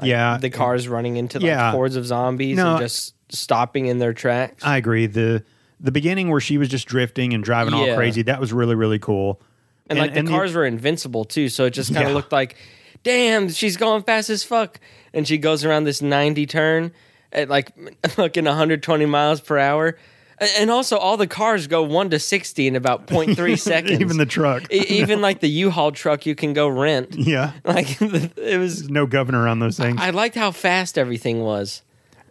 [SPEAKER 1] yeah.
[SPEAKER 2] The cars running into like
[SPEAKER 1] Yeah.
[SPEAKER 2] hordes of zombies
[SPEAKER 1] No,
[SPEAKER 2] and just stopping in their tracks.
[SPEAKER 1] I agree. The the beginning where she was just drifting and driving all
[SPEAKER 2] Yeah.
[SPEAKER 1] crazy, that was really, really cool.
[SPEAKER 2] and, like the cars were invincible too. So it just kind of
[SPEAKER 1] Yeah.
[SPEAKER 2] looked like, damn, she's going fast as fuck, and she goes around this ninety turn at like *laughs* fucking one hundred twenty miles per hour, A- and also all the cars go one to sixty
[SPEAKER 1] *laughs*
[SPEAKER 2] in about 0.3
[SPEAKER 1] *laughs*
[SPEAKER 2] seconds.
[SPEAKER 1] even
[SPEAKER 2] *laughs*
[SPEAKER 1] the truck.
[SPEAKER 2] E- even like the U-Haul truck you can go
[SPEAKER 1] *laughs*
[SPEAKER 2] rent.
[SPEAKER 1] yeah.
[SPEAKER 2] Like *laughs* it was,
[SPEAKER 1] There's no governor on those things.
[SPEAKER 2] I liked how fast everything was.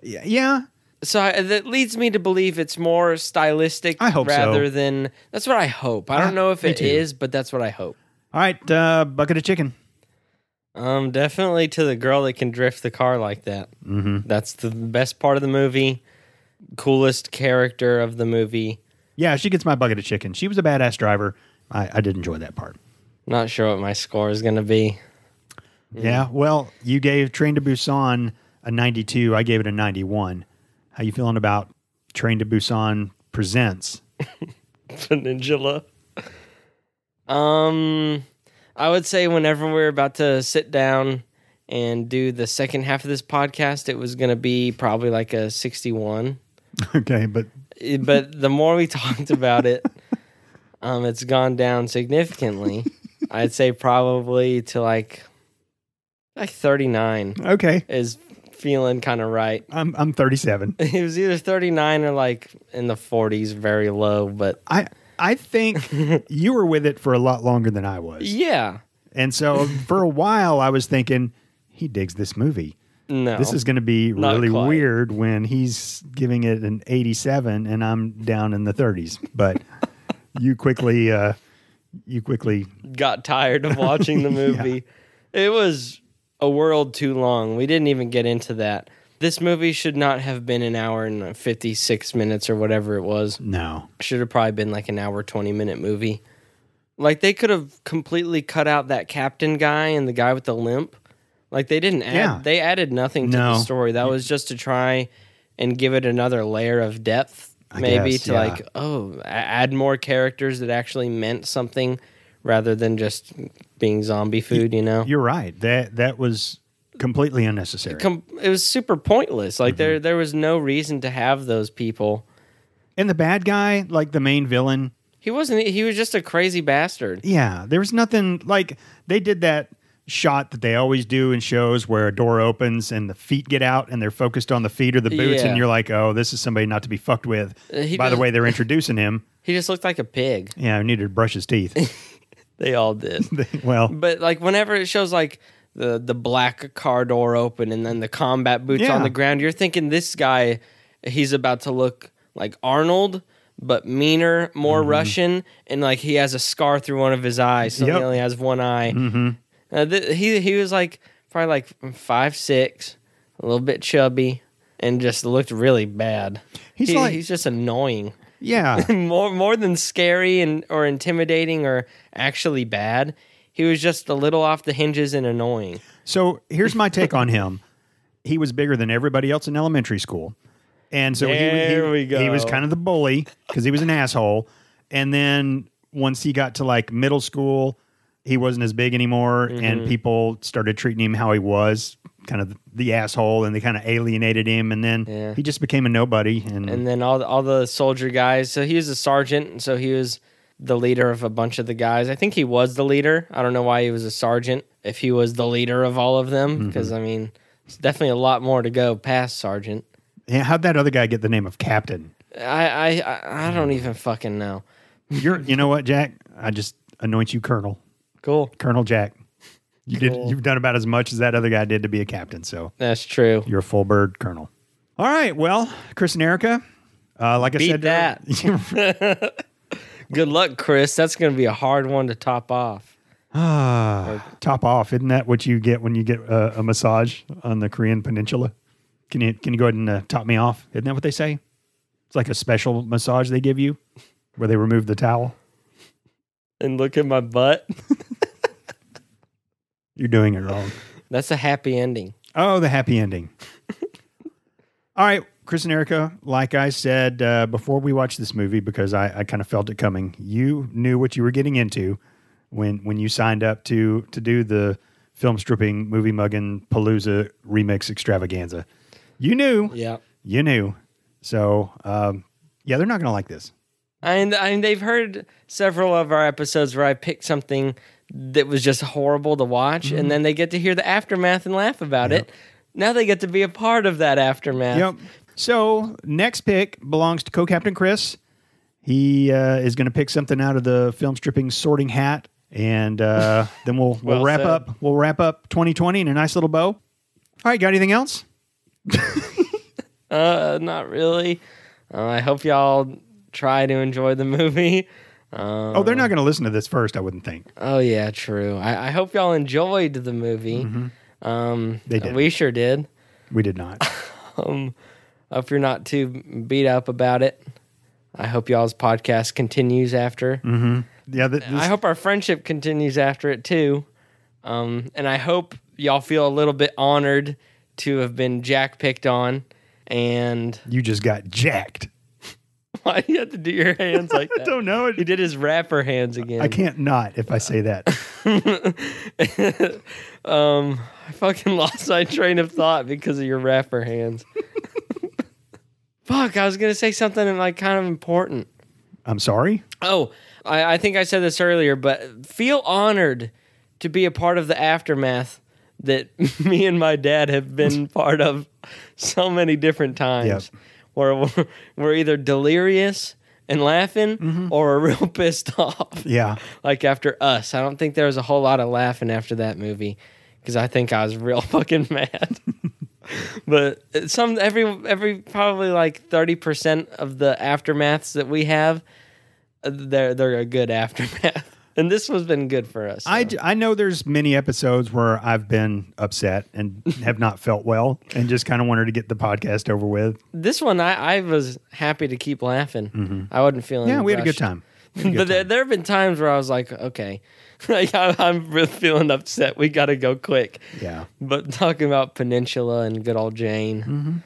[SPEAKER 1] yeah.
[SPEAKER 2] So I, that leads me to believe it's more stylistic
[SPEAKER 1] I hope so.
[SPEAKER 2] rather than that's what I hope. I don't
[SPEAKER 1] Ah,
[SPEAKER 2] know if
[SPEAKER 1] me
[SPEAKER 2] it
[SPEAKER 1] too.
[SPEAKER 2] is, but that's what I hope.
[SPEAKER 1] All right, uh, bucket of chicken.
[SPEAKER 2] Um, definitely to the girl that can drift the car like that. Mm-hmm. That's the best part of the movie. Coolest character of the movie.
[SPEAKER 1] Yeah, she gets my bucket of chicken. She was a badass driver. I, I did enjoy that part.
[SPEAKER 2] Not sure what my score is going to be. *laughs*
[SPEAKER 1] Yeah. Well, you gave Train to Busan a 92. I gave it a 91. How you feeling about Train to Busan presents? *laughs*
[SPEAKER 2] Peninsula. Um, I would say whenever we're about to sit down and do the second half of this podcast, it was going to be probably like a 61.
[SPEAKER 1] okay, but
[SPEAKER 2] Eh, But the more we *laughs* talked about it, um, it's gone down significantly. I'd say probably to like like 39
[SPEAKER 1] okay.
[SPEAKER 2] is feeling kind of right. *laughs*
[SPEAKER 1] I'm I'm 37.
[SPEAKER 2] It was either 39 or like in the 40s, very low. But
[SPEAKER 1] I I
[SPEAKER 2] *laughs*
[SPEAKER 1] think you were with it for a lot longer than I was.
[SPEAKER 2] yeah,
[SPEAKER 1] And so for
[SPEAKER 2] *laughs*
[SPEAKER 1] a while, I was thinking, he digs this movie.
[SPEAKER 2] no,
[SPEAKER 1] This is going to be
[SPEAKER 2] Not
[SPEAKER 1] really
[SPEAKER 2] quite.
[SPEAKER 1] weird when he's giving it an 87 and I'm down in the 30s.
[SPEAKER 2] *laughs*
[SPEAKER 1] But you quickly, uh, you quickly,
[SPEAKER 2] got tired
[SPEAKER 1] *laughs*
[SPEAKER 2] of watching the movie. It was a world too long. We didn't even get into that. This movie should not have been an hour and 56 minutes or whatever it was.
[SPEAKER 1] no.
[SPEAKER 2] should have probably been like an hour 20 minute movie like they could have completely cut out that captain guy and the guy with the limp like they didn't add
[SPEAKER 1] Yeah.
[SPEAKER 2] they added nothing to
[SPEAKER 1] No.
[SPEAKER 2] the story that was just to try and give it another layer of depth
[SPEAKER 1] I
[SPEAKER 2] maybe
[SPEAKER 1] guess,
[SPEAKER 2] to
[SPEAKER 1] yeah.
[SPEAKER 2] like oh a- add more characters that actually meant something rather than just being zombie food you know
[SPEAKER 1] You're right. That that was completely unnecessary.
[SPEAKER 2] Com- it was super pointless like
[SPEAKER 1] Mm-hmm.
[SPEAKER 2] there there was no reason to have those people
[SPEAKER 1] and the bad guy, like the main villain,
[SPEAKER 2] he wasn't he was just a crazy bastard
[SPEAKER 1] Yeah, there was nothing like they did that shot that they always do in shows where a door opens and the feet get out and they're focused on the feet or the boots
[SPEAKER 2] Yeah. Uh,
[SPEAKER 1] and you're like, "Oh, this is somebody not to be fucked with."
[SPEAKER 2] he
[SPEAKER 1] By the
[SPEAKER 2] does-
[SPEAKER 1] way, they're introducing him.
[SPEAKER 2] He just looked like a pig. *laughs*
[SPEAKER 1] Yeah, he needed to brush his teeth. *laughs*
[SPEAKER 2] They all did.
[SPEAKER 1] well,
[SPEAKER 2] but like whenever it shows like the the black car door open and then the combat boots
[SPEAKER 1] Yeah.
[SPEAKER 2] on the ground. You're thinking this guy, he's about to look like Arnold, but meaner, more
[SPEAKER 1] Mm-hmm.
[SPEAKER 2] Russian, and like he has a scar through one of his eyes, so
[SPEAKER 1] Yep.
[SPEAKER 2] he only has one eye.
[SPEAKER 1] Mm-hmm.
[SPEAKER 2] Uh, th- he he was like probably like five six, a little bit chubby, and just looked really bad.
[SPEAKER 1] He's
[SPEAKER 2] He-
[SPEAKER 1] like-
[SPEAKER 2] he's just annoying
[SPEAKER 1] Yeah.
[SPEAKER 2] *laughs* more more than scary and or intimidating or actually bad. He was just a little off the hinges and annoying.
[SPEAKER 1] So here's my take on him. He was bigger than everybody else in elementary school. And so he-
[SPEAKER 2] There
[SPEAKER 1] he,
[SPEAKER 2] we go.
[SPEAKER 1] he was kind of the bully because he was an asshole. And then once he got to like middle school, he wasn't as big anymore.
[SPEAKER 2] Mm-hmm.
[SPEAKER 1] And people started treating him how he was kind of the asshole and they kind of alienated him. And then
[SPEAKER 2] Yeah.
[SPEAKER 1] he just became a nobody. And,
[SPEAKER 2] And then all the- all the soldier guys. So he was a sergeant, and so he was the leader of a bunch of the guys. I think he was the leader. I don't know why he was a sergeant if he was the leader of all of them because I mean, it's definitely a lot more to go past sergeant.
[SPEAKER 1] Yeah, how'd that other guy get the name of captain?
[SPEAKER 2] I I I, I don't even fucking know.
[SPEAKER 1] You're, you know what, Jack? I just anoint you Colonel.
[SPEAKER 2] Cool.
[SPEAKER 1] Colonel Jack. You did,
[SPEAKER 2] Cool.
[SPEAKER 1] you've done about as much as that other guy did to be a captain. So
[SPEAKER 2] That's true. *laughs*
[SPEAKER 1] You're a full bird colonel. All right. Well, Chris and Erica, uh, like I
[SPEAKER 2] Beat
[SPEAKER 1] said, *laughs* that.
[SPEAKER 2] Good luck, Chris. That's going to be a hard one to top off.
[SPEAKER 1] Ah, top off. Isn't that what you get when you get a, a massage on the Korean Peninsula? Can you can you go ahead and uh, top me off? Isn't that what they say? It's like a special massage they give you where they remove the towel.
[SPEAKER 2] And look at my butt. *laughs*
[SPEAKER 1] You're doing it wrong.
[SPEAKER 2] That's a happy ending.
[SPEAKER 1] Oh, the happy ending. All right, Chris and Erica, like I said uh, before we watched this movie, because I, I kind of felt it coming, you knew what you were getting into when when you signed up to to do the film stripping movie mugging palooza remix extravaganza. You knew,
[SPEAKER 2] Yeah.
[SPEAKER 1] you knew. So, um, yeah, they're not going to like this.
[SPEAKER 2] And and they've heard several of our episodes where I picked something that was just horrible to watch,
[SPEAKER 1] Mm-hmm.
[SPEAKER 2] and then they get to hear the aftermath and laugh about it. Now they get to be a part of that aftermath.
[SPEAKER 1] Yep. So next pick belongs to co-captain Chris. He uh, is going to pick something out of the film stripping sorting hat, and
[SPEAKER 2] *laughs*
[SPEAKER 1] uh, then we'll we'll
[SPEAKER 2] Well
[SPEAKER 1] wrap
[SPEAKER 2] said.
[SPEAKER 1] up we'll wrap up 2020 in a nice little bow. All right, got anything else?
[SPEAKER 2] Uh, not really. Uh, I hope y'all try to enjoy the *laughs* movie. Uh,
[SPEAKER 1] Oh, they're not going to listen to this first, I wouldn't think.
[SPEAKER 2] oh yeah, true. I, I hope y'all enjoyed the movie. Um,
[SPEAKER 1] Mm-hmm. They did.
[SPEAKER 2] We sure did.
[SPEAKER 1] We did not.
[SPEAKER 2] um, if you're not too beat up about it, I hope y'all's podcast continues after.
[SPEAKER 1] Mm-hmm. Yeah, th-
[SPEAKER 2] *laughs* I
[SPEAKER 1] this-
[SPEAKER 2] hope our friendship continues after it too. Um, and I hope y'all feel a little bit honored to have been jack picked on. And *laughs*
[SPEAKER 1] you just got jacked.
[SPEAKER 2] why do you have to do your hands like
[SPEAKER 1] I *laughs*
[SPEAKER 2] that?
[SPEAKER 1] don't know.
[SPEAKER 2] He did his rapper hands again.
[SPEAKER 1] I can't not if I say
[SPEAKER 2] *laughs*
[SPEAKER 1] that.
[SPEAKER 2] Um, I fucking lost my train of thought because of your
[SPEAKER 1] *laughs*
[SPEAKER 2] rapper hands. Fuck, I was gonna say something like kind of important.
[SPEAKER 1] I'm sorry.
[SPEAKER 2] Oh, I, I think I said this earlier, but feel honored to be a part of the aftermath that *laughs* me and my dad have been part of so many different times. Where we're, we're either delirious and laughing or we're real *laughs* pissed off.
[SPEAKER 1] Yeah.
[SPEAKER 2] Like after us. I don't think there was a whole lot of laughing after that movie because I think I was real *laughs* fucking mad. but uh, some every every probably like 30% of the aftermaths that we have uh, they're they're a good *laughs* aftermath. And this has been good for us.
[SPEAKER 1] I,
[SPEAKER 2] so.
[SPEAKER 1] d- I know there's many episodes where I've been upset and have not felt well and just kind of wanted to get the podcast over with.
[SPEAKER 2] this one I, I was happy to keep laughing. I wasn't feeling
[SPEAKER 1] Mm-hmm. Yeah, we had a good
[SPEAKER 2] rushed.
[SPEAKER 1] time.
[SPEAKER 2] *laughs* but there, there have been times where I was like, okay, *laughs* like I, I'm really feeling upset. We got to go quick.
[SPEAKER 1] Yeah,
[SPEAKER 2] But *laughs* talking about Peninsula and good old Jane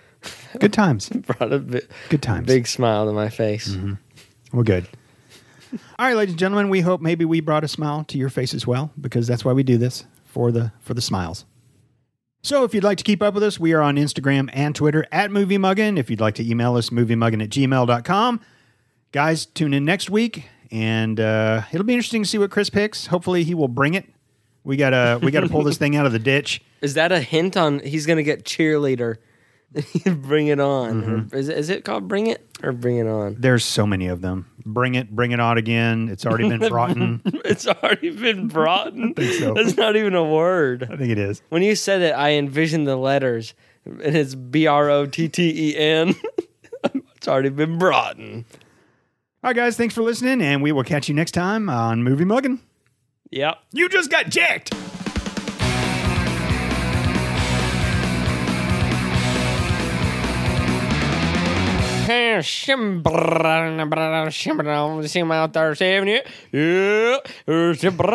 [SPEAKER 1] good times.
[SPEAKER 2] *laughs* brought a bi-
[SPEAKER 1] Good times.
[SPEAKER 2] big smile to my face.
[SPEAKER 1] We're good. All right, ladies and gentlemen, we hope maybe we brought a smile to your face as well, because that's why we do this for the for the smiles. So if you'd like to keep up with us, we are on Instagram and Twitter at Movie Muggin. If you'd like to email us, moviemuggin at gmail.com. Guys, tune in next week, and uh, it'll be interesting to see what Chris picks. Hopefully he will bring it. We gotta we gotta pull this thing out of the ditch.
[SPEAKER 2] Is that a hint on he's going to get cheerleader *laughs* Bring It On. Or is, is it called Bring It or Bring It On?
[SPEAKER 1] There's so many of them. Bring it, bring it on again. It's already been brought in.
[SPEAKER 2] *laughs* It's already been *laughs* brought. in.
[SPEAKER 1] think so.
[SPEAKER 2] That's not even
[SPEAKER 1] *laughs*
[SPEAKER 2] a
[SPEAKER 1] I
[SPEAKER 2] word.
[SPEAKER 1] think it is.
[SPEAKER 2] When you said it, I envisioned the letters, and it's B R O T T E N. *laughs* It's already been brought. in.
[SPEAKER 1] All right, guys. Thanks for listening, and we will catch you next time on Movie Muggin.
[SPEAKER 2] Yep.
[SPEAKER 1] You just got jacked.
[SPEAKER 2] Hey, shimbra- shimbra- shim out there saving it. Yeah. Shimbra-